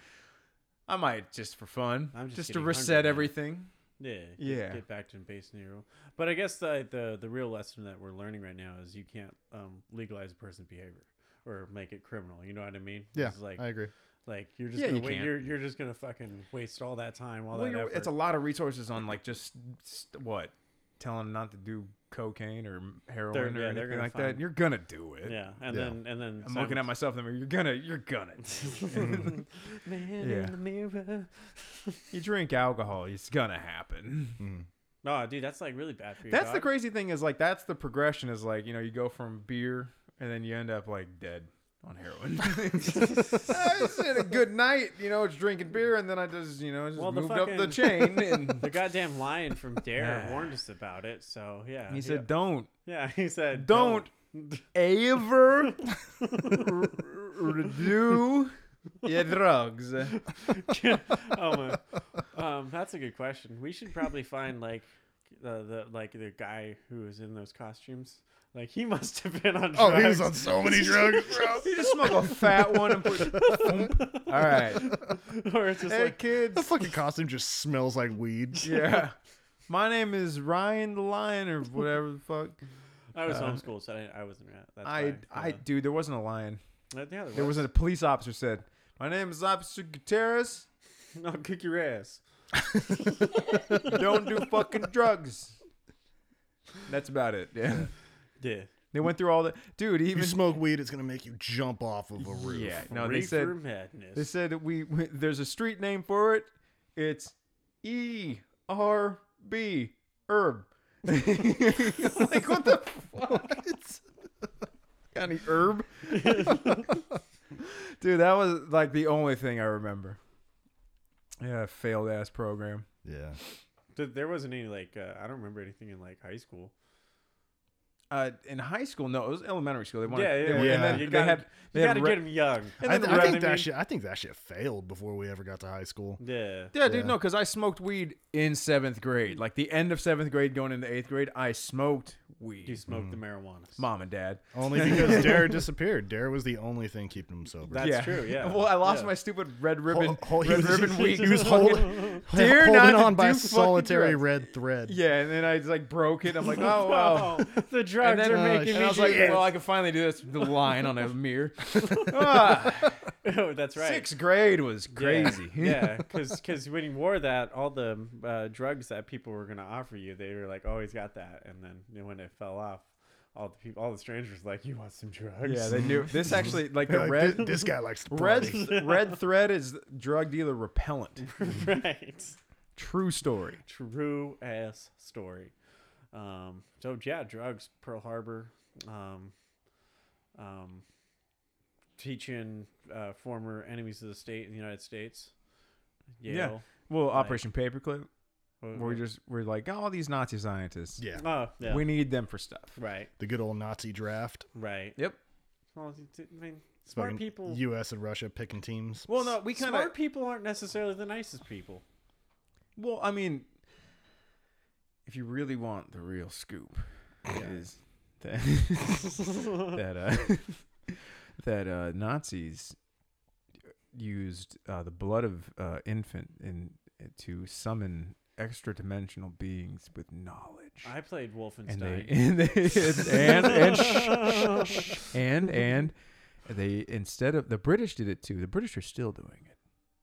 A: I might just for fun,
B: I'm just
A: just to
B: getting
A: reset
B: hungry now.
A: everything.
B: Yeah, get-
A: Yeah.
B: Get back to base zero. But I guess the, the the real lesson that we're learning right now is you can't um, legalize a person's behavior or make it criminal. You know what I mean?
C: yeah.
B: It's like
C: I agree.
B: like you're just
A: Yeah,
B: gonna
A: you
B: wait,
A: can.
B: you're you're just gonna fucking waste all that time, all
A: Well,
B: that
A: you're,
B: effort.
A: it's a lot of resources on like just st- what telling them not to do cocaine or heroin
B: They're-
A: or
B: yeah, they're
A: anything
B: gonna
A: like that.
B: find-
A: You're gonna do it.
B: yeah, and
C: Yeah.
B: then and then
A: I'm looking at myself in the mirror. You're gonna, you're gonna.
B: simul- man
A: Yeah.
B: in the mirror.
A: you drink alcohol, it's gonna happen.
C: Mm-hmm.
B: No, dude, that's like really bad for you.
A: That's the crazy thing is like that's the progression is like you know you go from beer and then you end up like dead on heroin. I just had a good night, you know, just drinking beer and then I just you know just
B: Well, the
A: moved up the
B: fucking-
A: chain and
B: The goddamn lion from Dare
A: Yeah.
B: warned us about it, so yeah.
A: he said, "Don't,
B: Yeah, he said
A: don't ever do your drugs."
B: oh my. Um, that's a good question. We should probably find like the, the like the guy who was in those costumes. Like he must have been on.
C: Oh, he was
B: drugs.
C: on so many drugs, bro.
A: You just smoke a fat one and put. All right,
B: or it's just
A: hey
B: like
A: kids.
C: The fucking costume just smells like weed.
A: Yeah. My name is Ryan the Lion or whatever the fuck.
B: I was
A: uh,
B: homeschooled, so I, I wasn't. ra- That's
A: I,
B: why,
A: I, dude, there wasn't a lion.
B: Uh, yeah,
A: There was a police officer said, "My name is Officer Gutierrez.
B: no kick your ass.
A: Don't do fucking drugs." That's about it. Yeah.
B: Yeah.
A: They went through all the dude.
C: If you
A: Even
C: smoke weed, it's gonna make you jump off of a roof.
A: yeah. No, they
B: Reefer
A: said
B: madness.
A: they said that we, we there's a street name for it. It's E R B herb. like what the fuck? Got any herb? Dude, that was like the only thing I remember. Yeah, failed ass program.
C: Yeah.
B: Th- there wasn't any like uh, I don't remember anything in like high school.
A: Uh, in high school, no, it was elementary school. They wanted,
B: yeah, yeah,
A: they, were-
B: yeah.
A: And then
B: You
A: they
B: gotta-
A: had, they
B: You got
A: had
B: to
A: re-
B: get him young.
A: and
C: I,
A: then
C: th-
A: the
C: I
A: re-
C: think
B: I mean-
C: that shit. I think that shit failed before we ever got to high school.
B: Yeah.
A: yeah, dude,
C: Yeah.
A: no, because I smoked weed in seventh grade, like the end of seventh grade, going into eighth grade. I smoked weed.
B: You smoked the marijuana.
A: Mom and dad.
C: Only because Dare disappeared. Dare was the only thing keeping him sober.
B: That's true. Yeah.
A: Well, I lost
B: Yeah.
A: my stupid red ribbon.
C: Hol- hol- he
A: red
C: was-
A: ribbon weed.
C: he was
A: Fucking-
C: holding-
A: Dare not
C: holding
A: to
C: on by
A: do
C: a
A: fucking
C: solitary
A: drugs.
C: red thread.
A: Yeah, and then I just like broke it. I'm like, oh wow.
B: Oh, the
A: And
B: drugs
A: then
B: are
C: uh,
B: making
A: and
B: me
A: I was like,
B: do this.
A: well, I can finally do this. with The line on a mirror. ah,
B: oh, that's right.
A: Sixth grade was
B: Yeah.
A: crazy.
B: Yeah, because when you wore that, all the uh, drugs that people were gonna offer you, they were like, "Oh, he's got that," and then you know, when it fell off, all the people, all the strangers, were like, "You want some drugs?"
A: yeah, they knew this actually like the
C: Like,
A: red
C: thi- this guy likes to
A: Red
C: party.
A: red thread is drug dealer repellent.
B: right.
A: True story.
B: True ass story. Um, so yeah, drugs, Pearl Harbor. Um, um, teaching uh, former enemies of the state in the United States. Yale.
A: Yeah. Well,
B: Like-
A: Operation Paperclip.
B: What-
A: We're just we're like, oh, all these Nazi scientists.
C: Yeah.
B: Oh, yeah.
A: We need them for stuff.
B: right,
C: The good old Nazi draft.
B: right.
A: Yep.
B: Well, I mean, smart
C: Fucking
B: people.
C: U.S. and Russia picking teams.
A: Well, no, we kind of.
B: smart people aren't necessarily the nicest people.
A: Well, I mean, if you really want the real scoop, is that that uh, that uh, Nazis used uh, the blood of uh, infant in to summon extra dimensional beings with knowledge.
B: I played
A: and they
B: Wolfenstein.
A: and they, and and, shh, shh, shh, and and they instead of the British did it too. The British are still doing it,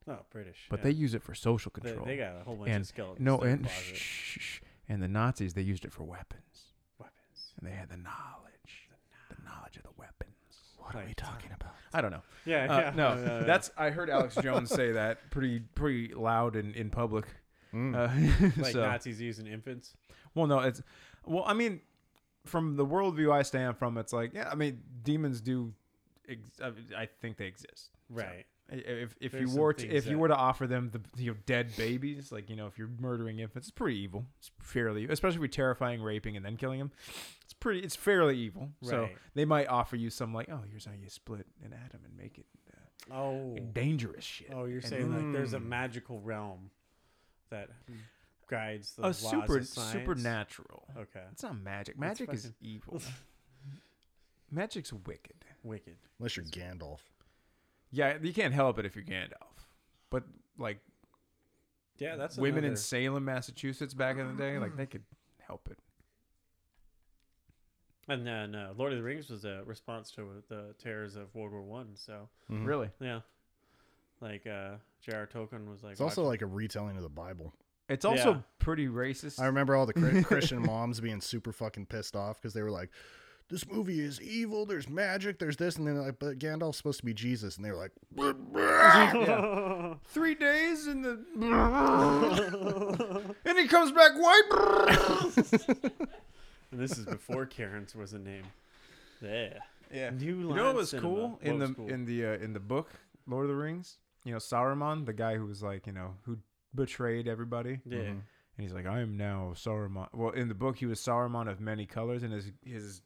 B: No, Oh, British.
A: but
B: yeah.
A: they use it for social
B: They-
A: control.
B: They, got a whole bunch
A: and
B: of skeletons.
A: no,
B: in
A: and
B: the
A: shh,
B: closet.
A: shh, shh. and the Nazis they used it for weapons,
B: weapons.
A: and they had the knowledge, the knowledge of the weapons. What
B: are we Right. talking
A: about? I don't know.
B: Yeah,
A: Uh,
B: yeah.
A: no,
B: yeah, yeah.
A: that's I heard Alex Jones say that pretty pretty loud in in public. Uh,
B: Hmm. like
A: so.
B: Nazis using infants.
A: Well, no, it's well. I mean, from the worldview I stand from, it's like yeah. I mean, demons do. Ex- I mean, I think they exist. So,
B: Right.
A: i- if if
B: There's
A: you were
B: some
A: to,
B: things
A: if you
B: that-
A: were to offer them the you know, dead babies, like you know, if you're murdering infants, it's pretty evil. It's fairly, especially if you're terrifying, raping, and then killing them. It's pretty. It's fairly evil. So
B: Right.
A: they might offer you some like, oh, here's how you split an atom and make it
B: Oh.
A: dangerous shit.
B: Oh, you're
A: And Hmm.
B: saying like there's a
C: Mm.
B: magical realm that guides the
A: a
B: laws
A: super
B: of science.
A: supernatural.
B: Okay.
A: It's not magic. Magic is
B: fucking-
A: evil. Magic's wicked.
B: Wicked.
C: Unless you're Gandalf.
A: Yeah, you can't help it if you're Gandalf. But like
B: Yeah, that's
A: women in
B: another-
A: Salem, Massachusetts, back in the day, like they could help it.
B: And then uh, Lord of the Rings was a response to the terrors of World War One. So
C: Mhm.
A: Really,
B: yeah, like uh, J.R. Tolkien was like.
C: It's also
B: watching-
C: like a retelling of the Bible.
A: it's also
B: Yeah.
A: pretty racist.
C: I remember all the Chri- Christian moms being super fucking pissed off because they were like, "This movie is evil. There's magic. There's this," and then like, "But Gandalf's supposed to be Jesus," and they were like,
A: Yeah. Three days in the, and he comes back white.
B: and this is before Karen's was a name. Yeah.
A: yeah,
B: New
A: you know
B: Line
A: what was
B: Cinema.
A: cool in
B: What
A: the
B: was cool?
A: in the uh, in the book Lord of the Rings? You know Sauron, the guy who was like you know who betrayed everybody.
B: Yeah.
A: And he's like, I am now Saruman. Well, in the book, he was Saruman of many colors, and his his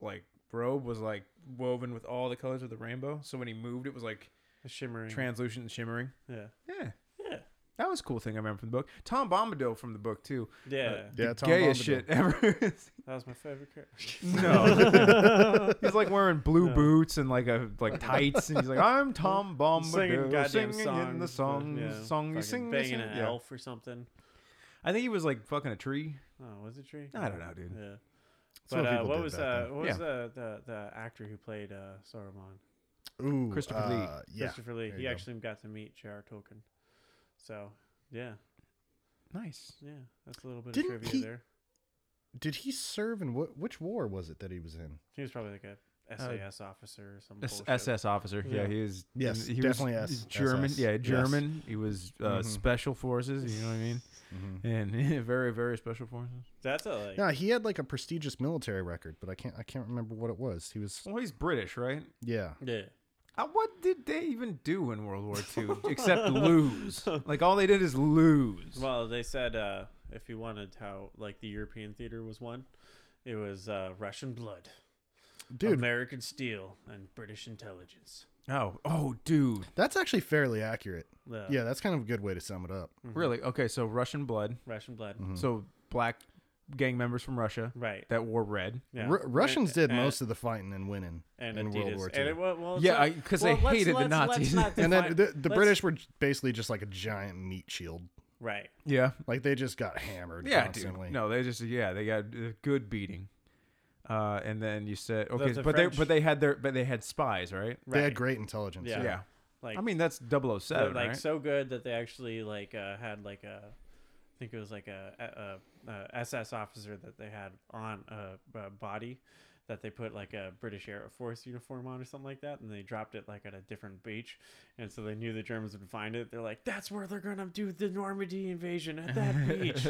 A: like robe was like woven with all the colors of the rainbow. So when he moved, it was like
B: The shimmering.
A: translucent and shimmering.
B: yeah.
A: Yeah,
B: Yeah.
A: that was a cool thing I remember from the book. Tom Bombadil from the book too. Uh,
B: Yeah.
C: "Yeah, Tom
A: Gayest
C: Bombadil.
A: shit ever.
B: that was my favorite character.
A: no, he's like wearing blue boots and like a like tights, and he's like, I'm Tom Bombadil,
B: singing goddamn
A: singing in the song,
B: songs, uh, yeah,
A: song you
B: fucking
A: sing. you
B: banging
A: sing.
B: an
A: Yeah.
B: elf or something.
A: I think he was like fucking a tree.
B: Oh, was it tree?
A: I don't know, dude.
B: Yeah.
C: That's
B: But
C: what
B: uh,
C: people
B: what
C: did
B: was
C: back
B: uh,
C: then.
B: what
A: Yeah.
B: was the, the the actor who played uh, Saruman?
C: Ooh,
A: Christopher Lee.
C: uh, Yeah,
B: Christopher Lee.
C: there
B: He
C: you go.
B: actually got to meet J.R. Tolkien. So yeah,
A: Nice.
B: yeah, that's a little bit
C: Didn't
B: of trivia
C: he-
B: there.
C: Did he serve in what? Which war was it that he was in?
B: He was probably like a SAS officer or something.
A: Uh, S- SS officer. Yeah,
B: Yeah.
A: he is.
C: Yes,
A: he
C: definitely
A: was
C: S-
A: German.
C: SS.
A: Yeah,
C: Yes.
A: German. He was uh,
C: Mhm.
A: special forces. You know what I mean?
C: Mm-hmm.
A: And very, very special forces.
B: That's a like.
C: No, he had like a prestigious military record, but I can't I can't remember what it was. He was
A: Well, he's British, right?
C: yeah.
B: Yeah.
A: Uh, what did they even do in World War II except lose? Like all they did is lose.
B: Well, they said uh, if you wanted how like the European theater was won, it was uh, Russian blood,
C: Dude,
B: American steel, and British intelligence.
A: oh, oh, dude,
C: that's actually fairly accurate.
B: The
C: yeah, that's kind of a good way to sum it up.
A: really? Okay, so Russian blood.
B: Russian blood.
C: Mm-hmm.
A: So black gang members from Russia
B: Right.
A: that wore red.
B: Yeah.
C: Ru- Russians did
B: And-
C: most of the fighting and winning
B: and
C: in
B: Adidas.
C: World War II.
B: And it, well, well, it's
A: Yeah,
B: not-
A: I- 'cause they
B: well, let's-
A: hated the
B: let's- let's
A: Nazis.
B: not
C: and then
B: define-
C: the, the
B: let's-
C: British were j- basically just like a giant meat shield.
B: right?
A: Yeah,
C: Like they just got hammered
A: yeah,
C: constantly.
A: dude. No, they just yeah they got a good beating. Uh, and then you said okay,
B: the
A: but
B: French-
A: they but they had their but they had spies, right?
B: Right.
C: They had great intelligence.
B: Yeah.
A: Yeah.
B: Like,
A: I mean, that's 007,
B: they're, like
A: right?
B: so good that they actually like uh, had like a, I think it was like a, a, a, a SS officer that they had on a, a body. That they put like a British Air Force uniform on or something like that, and they dropped it like at a different beach, and so they knew the Germans would find it. They're like, "That's where they're gonna do the Normandy invasion at that beach."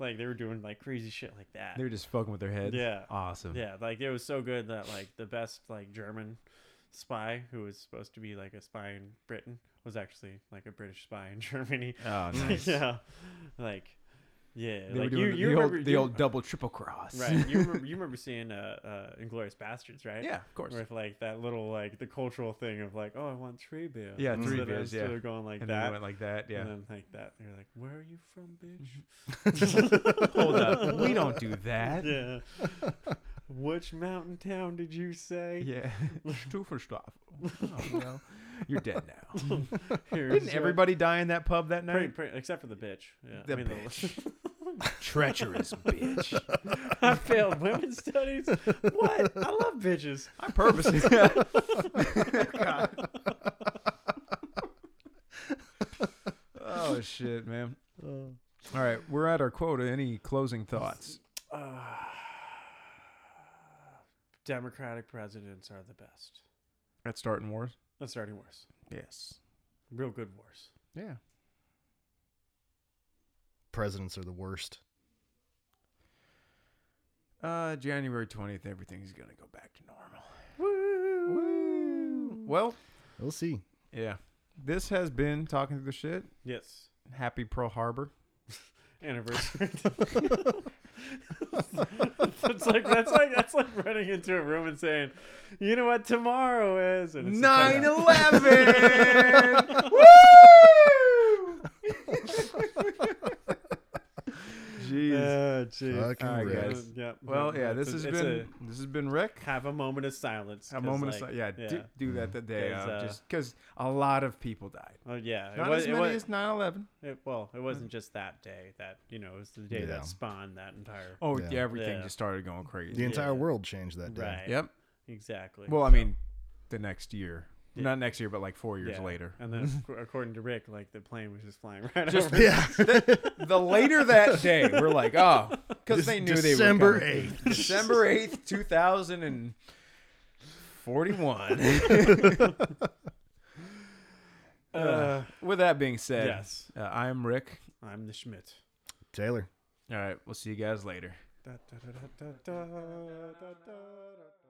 B: like they were doing like crazy shit like that.
A: They were just fucking with their heads.
B: Yeah.
A: Awesome.
B: Yeah, like it was so good that like the best like German spy who was supposed to be like a spy in Britain was actually like a British spy in Germany.
A: Oh, nice.
B: yeah, like yeah,
A: They were
B: like
A: doing
B: you,
A: the,
B: you
A: the
B: remember
A: old, the
B: you-
A: old double triple cross.
B: right. You remember, you remember seeing uh, uh, Inglorious Bastards, right?
A: yeah, of course.
B: With like that little like the cultural thing of like, oh, I want three beers.
A: Yeah,
B: And
A: three
B: so they're-
A: beers,
B: so
A: yeah.
B: they're going like
A: and then we
B: that.
A: went like that. Yeah.
B: And then like that, you're like, "Where are you from, bitch?"
A: Hold up. We don't do that.
B: yeah.
A: Mm-hmm.
B: Which mountain town did you say?
A: Yeah. Stufenstrafe. Oh, well, you're dead now.
B: Here's
A: Didn't
B: your-
A: everybody die in that pub that
B: Pretty-
A: night?
B: pretty- except for the bitch. Yeah.
A: The bitch. Treacherous bitch.
B: I failed women's studies. What? I love bitches.
A: I'm purposely. God. oh shit, man. All right, we're at our quota. Any closing thoughts?
B: Uh, Democratic presidents are the best.
A: At starting wars.
B: That's starting wars.
A: Yes.
B: Real good wars.
A: Yeah.
C: Presidents are the worst.
A: Uh, January twentieth, everything's gonna go back to normal. Woo! Well,
C: We'll see.
A: yeah. This has been talking through the shit.
B: Yes.
A: Happy Pearl Harbor.
B: anniversary. it's like that's like that's like running into a room and saying, "You know what tomorrow is?" And it's a cutout.
A: 9-11! Woo! Jeez.
B: Oh, jeez.
C: Fucking
A: All right,
C: right.
A: guys.
B: Yeah,
A: Uh, well,
B: no,
A: yeah. This
B: it's a-
A: has
B: it's
A: been
B: a-
A: this has been Rick.
B: have a moment of silence.
A: A
B: 'cause,
A: moment
B: like,
A: of si- yeah, Do, do that the day
B: Because,
A: of,
B: uh,
A: just because a lot of people died.
B: Oh yeah,
A: Not
B: it was,
A: as
B: it
A: many
B: was,
A: as Mm. 9-11.
B: it, well, it wasn't just that day that you know it was the day
C: Yeah.
B: that spawned that entire
A: Oh,
C: Yeah.
A: yeah, everything
B: Yeah.
A: just started going
C: The
A: crazy.
C: entire
B: Yeah.
C: world changed that day.
B: right.
A: Yep.
B: exactly.
A: Well, I
B: So-
A: mean, the next year,
B: Yeah.
A: not next year, but like four years
B: yeah.
A: later.
B: and then ac- according to Rick, like the plane was just flying right
A: Just
B: over.
C: Yeah.
A: The later that day, we're like, oh, because they knew
C: December
A: they were coming.
C: 8th.
A: December eighth, two thousand and forty-one.
B: Uh,
A: With that being said,
B: yes,
A: uh, I'm Rick.
B: I'm the Schmidt.
C: Taylor.
A: All right, we'll see you guys later.
B: Da, da, da, da, da, da, da, da, da, da.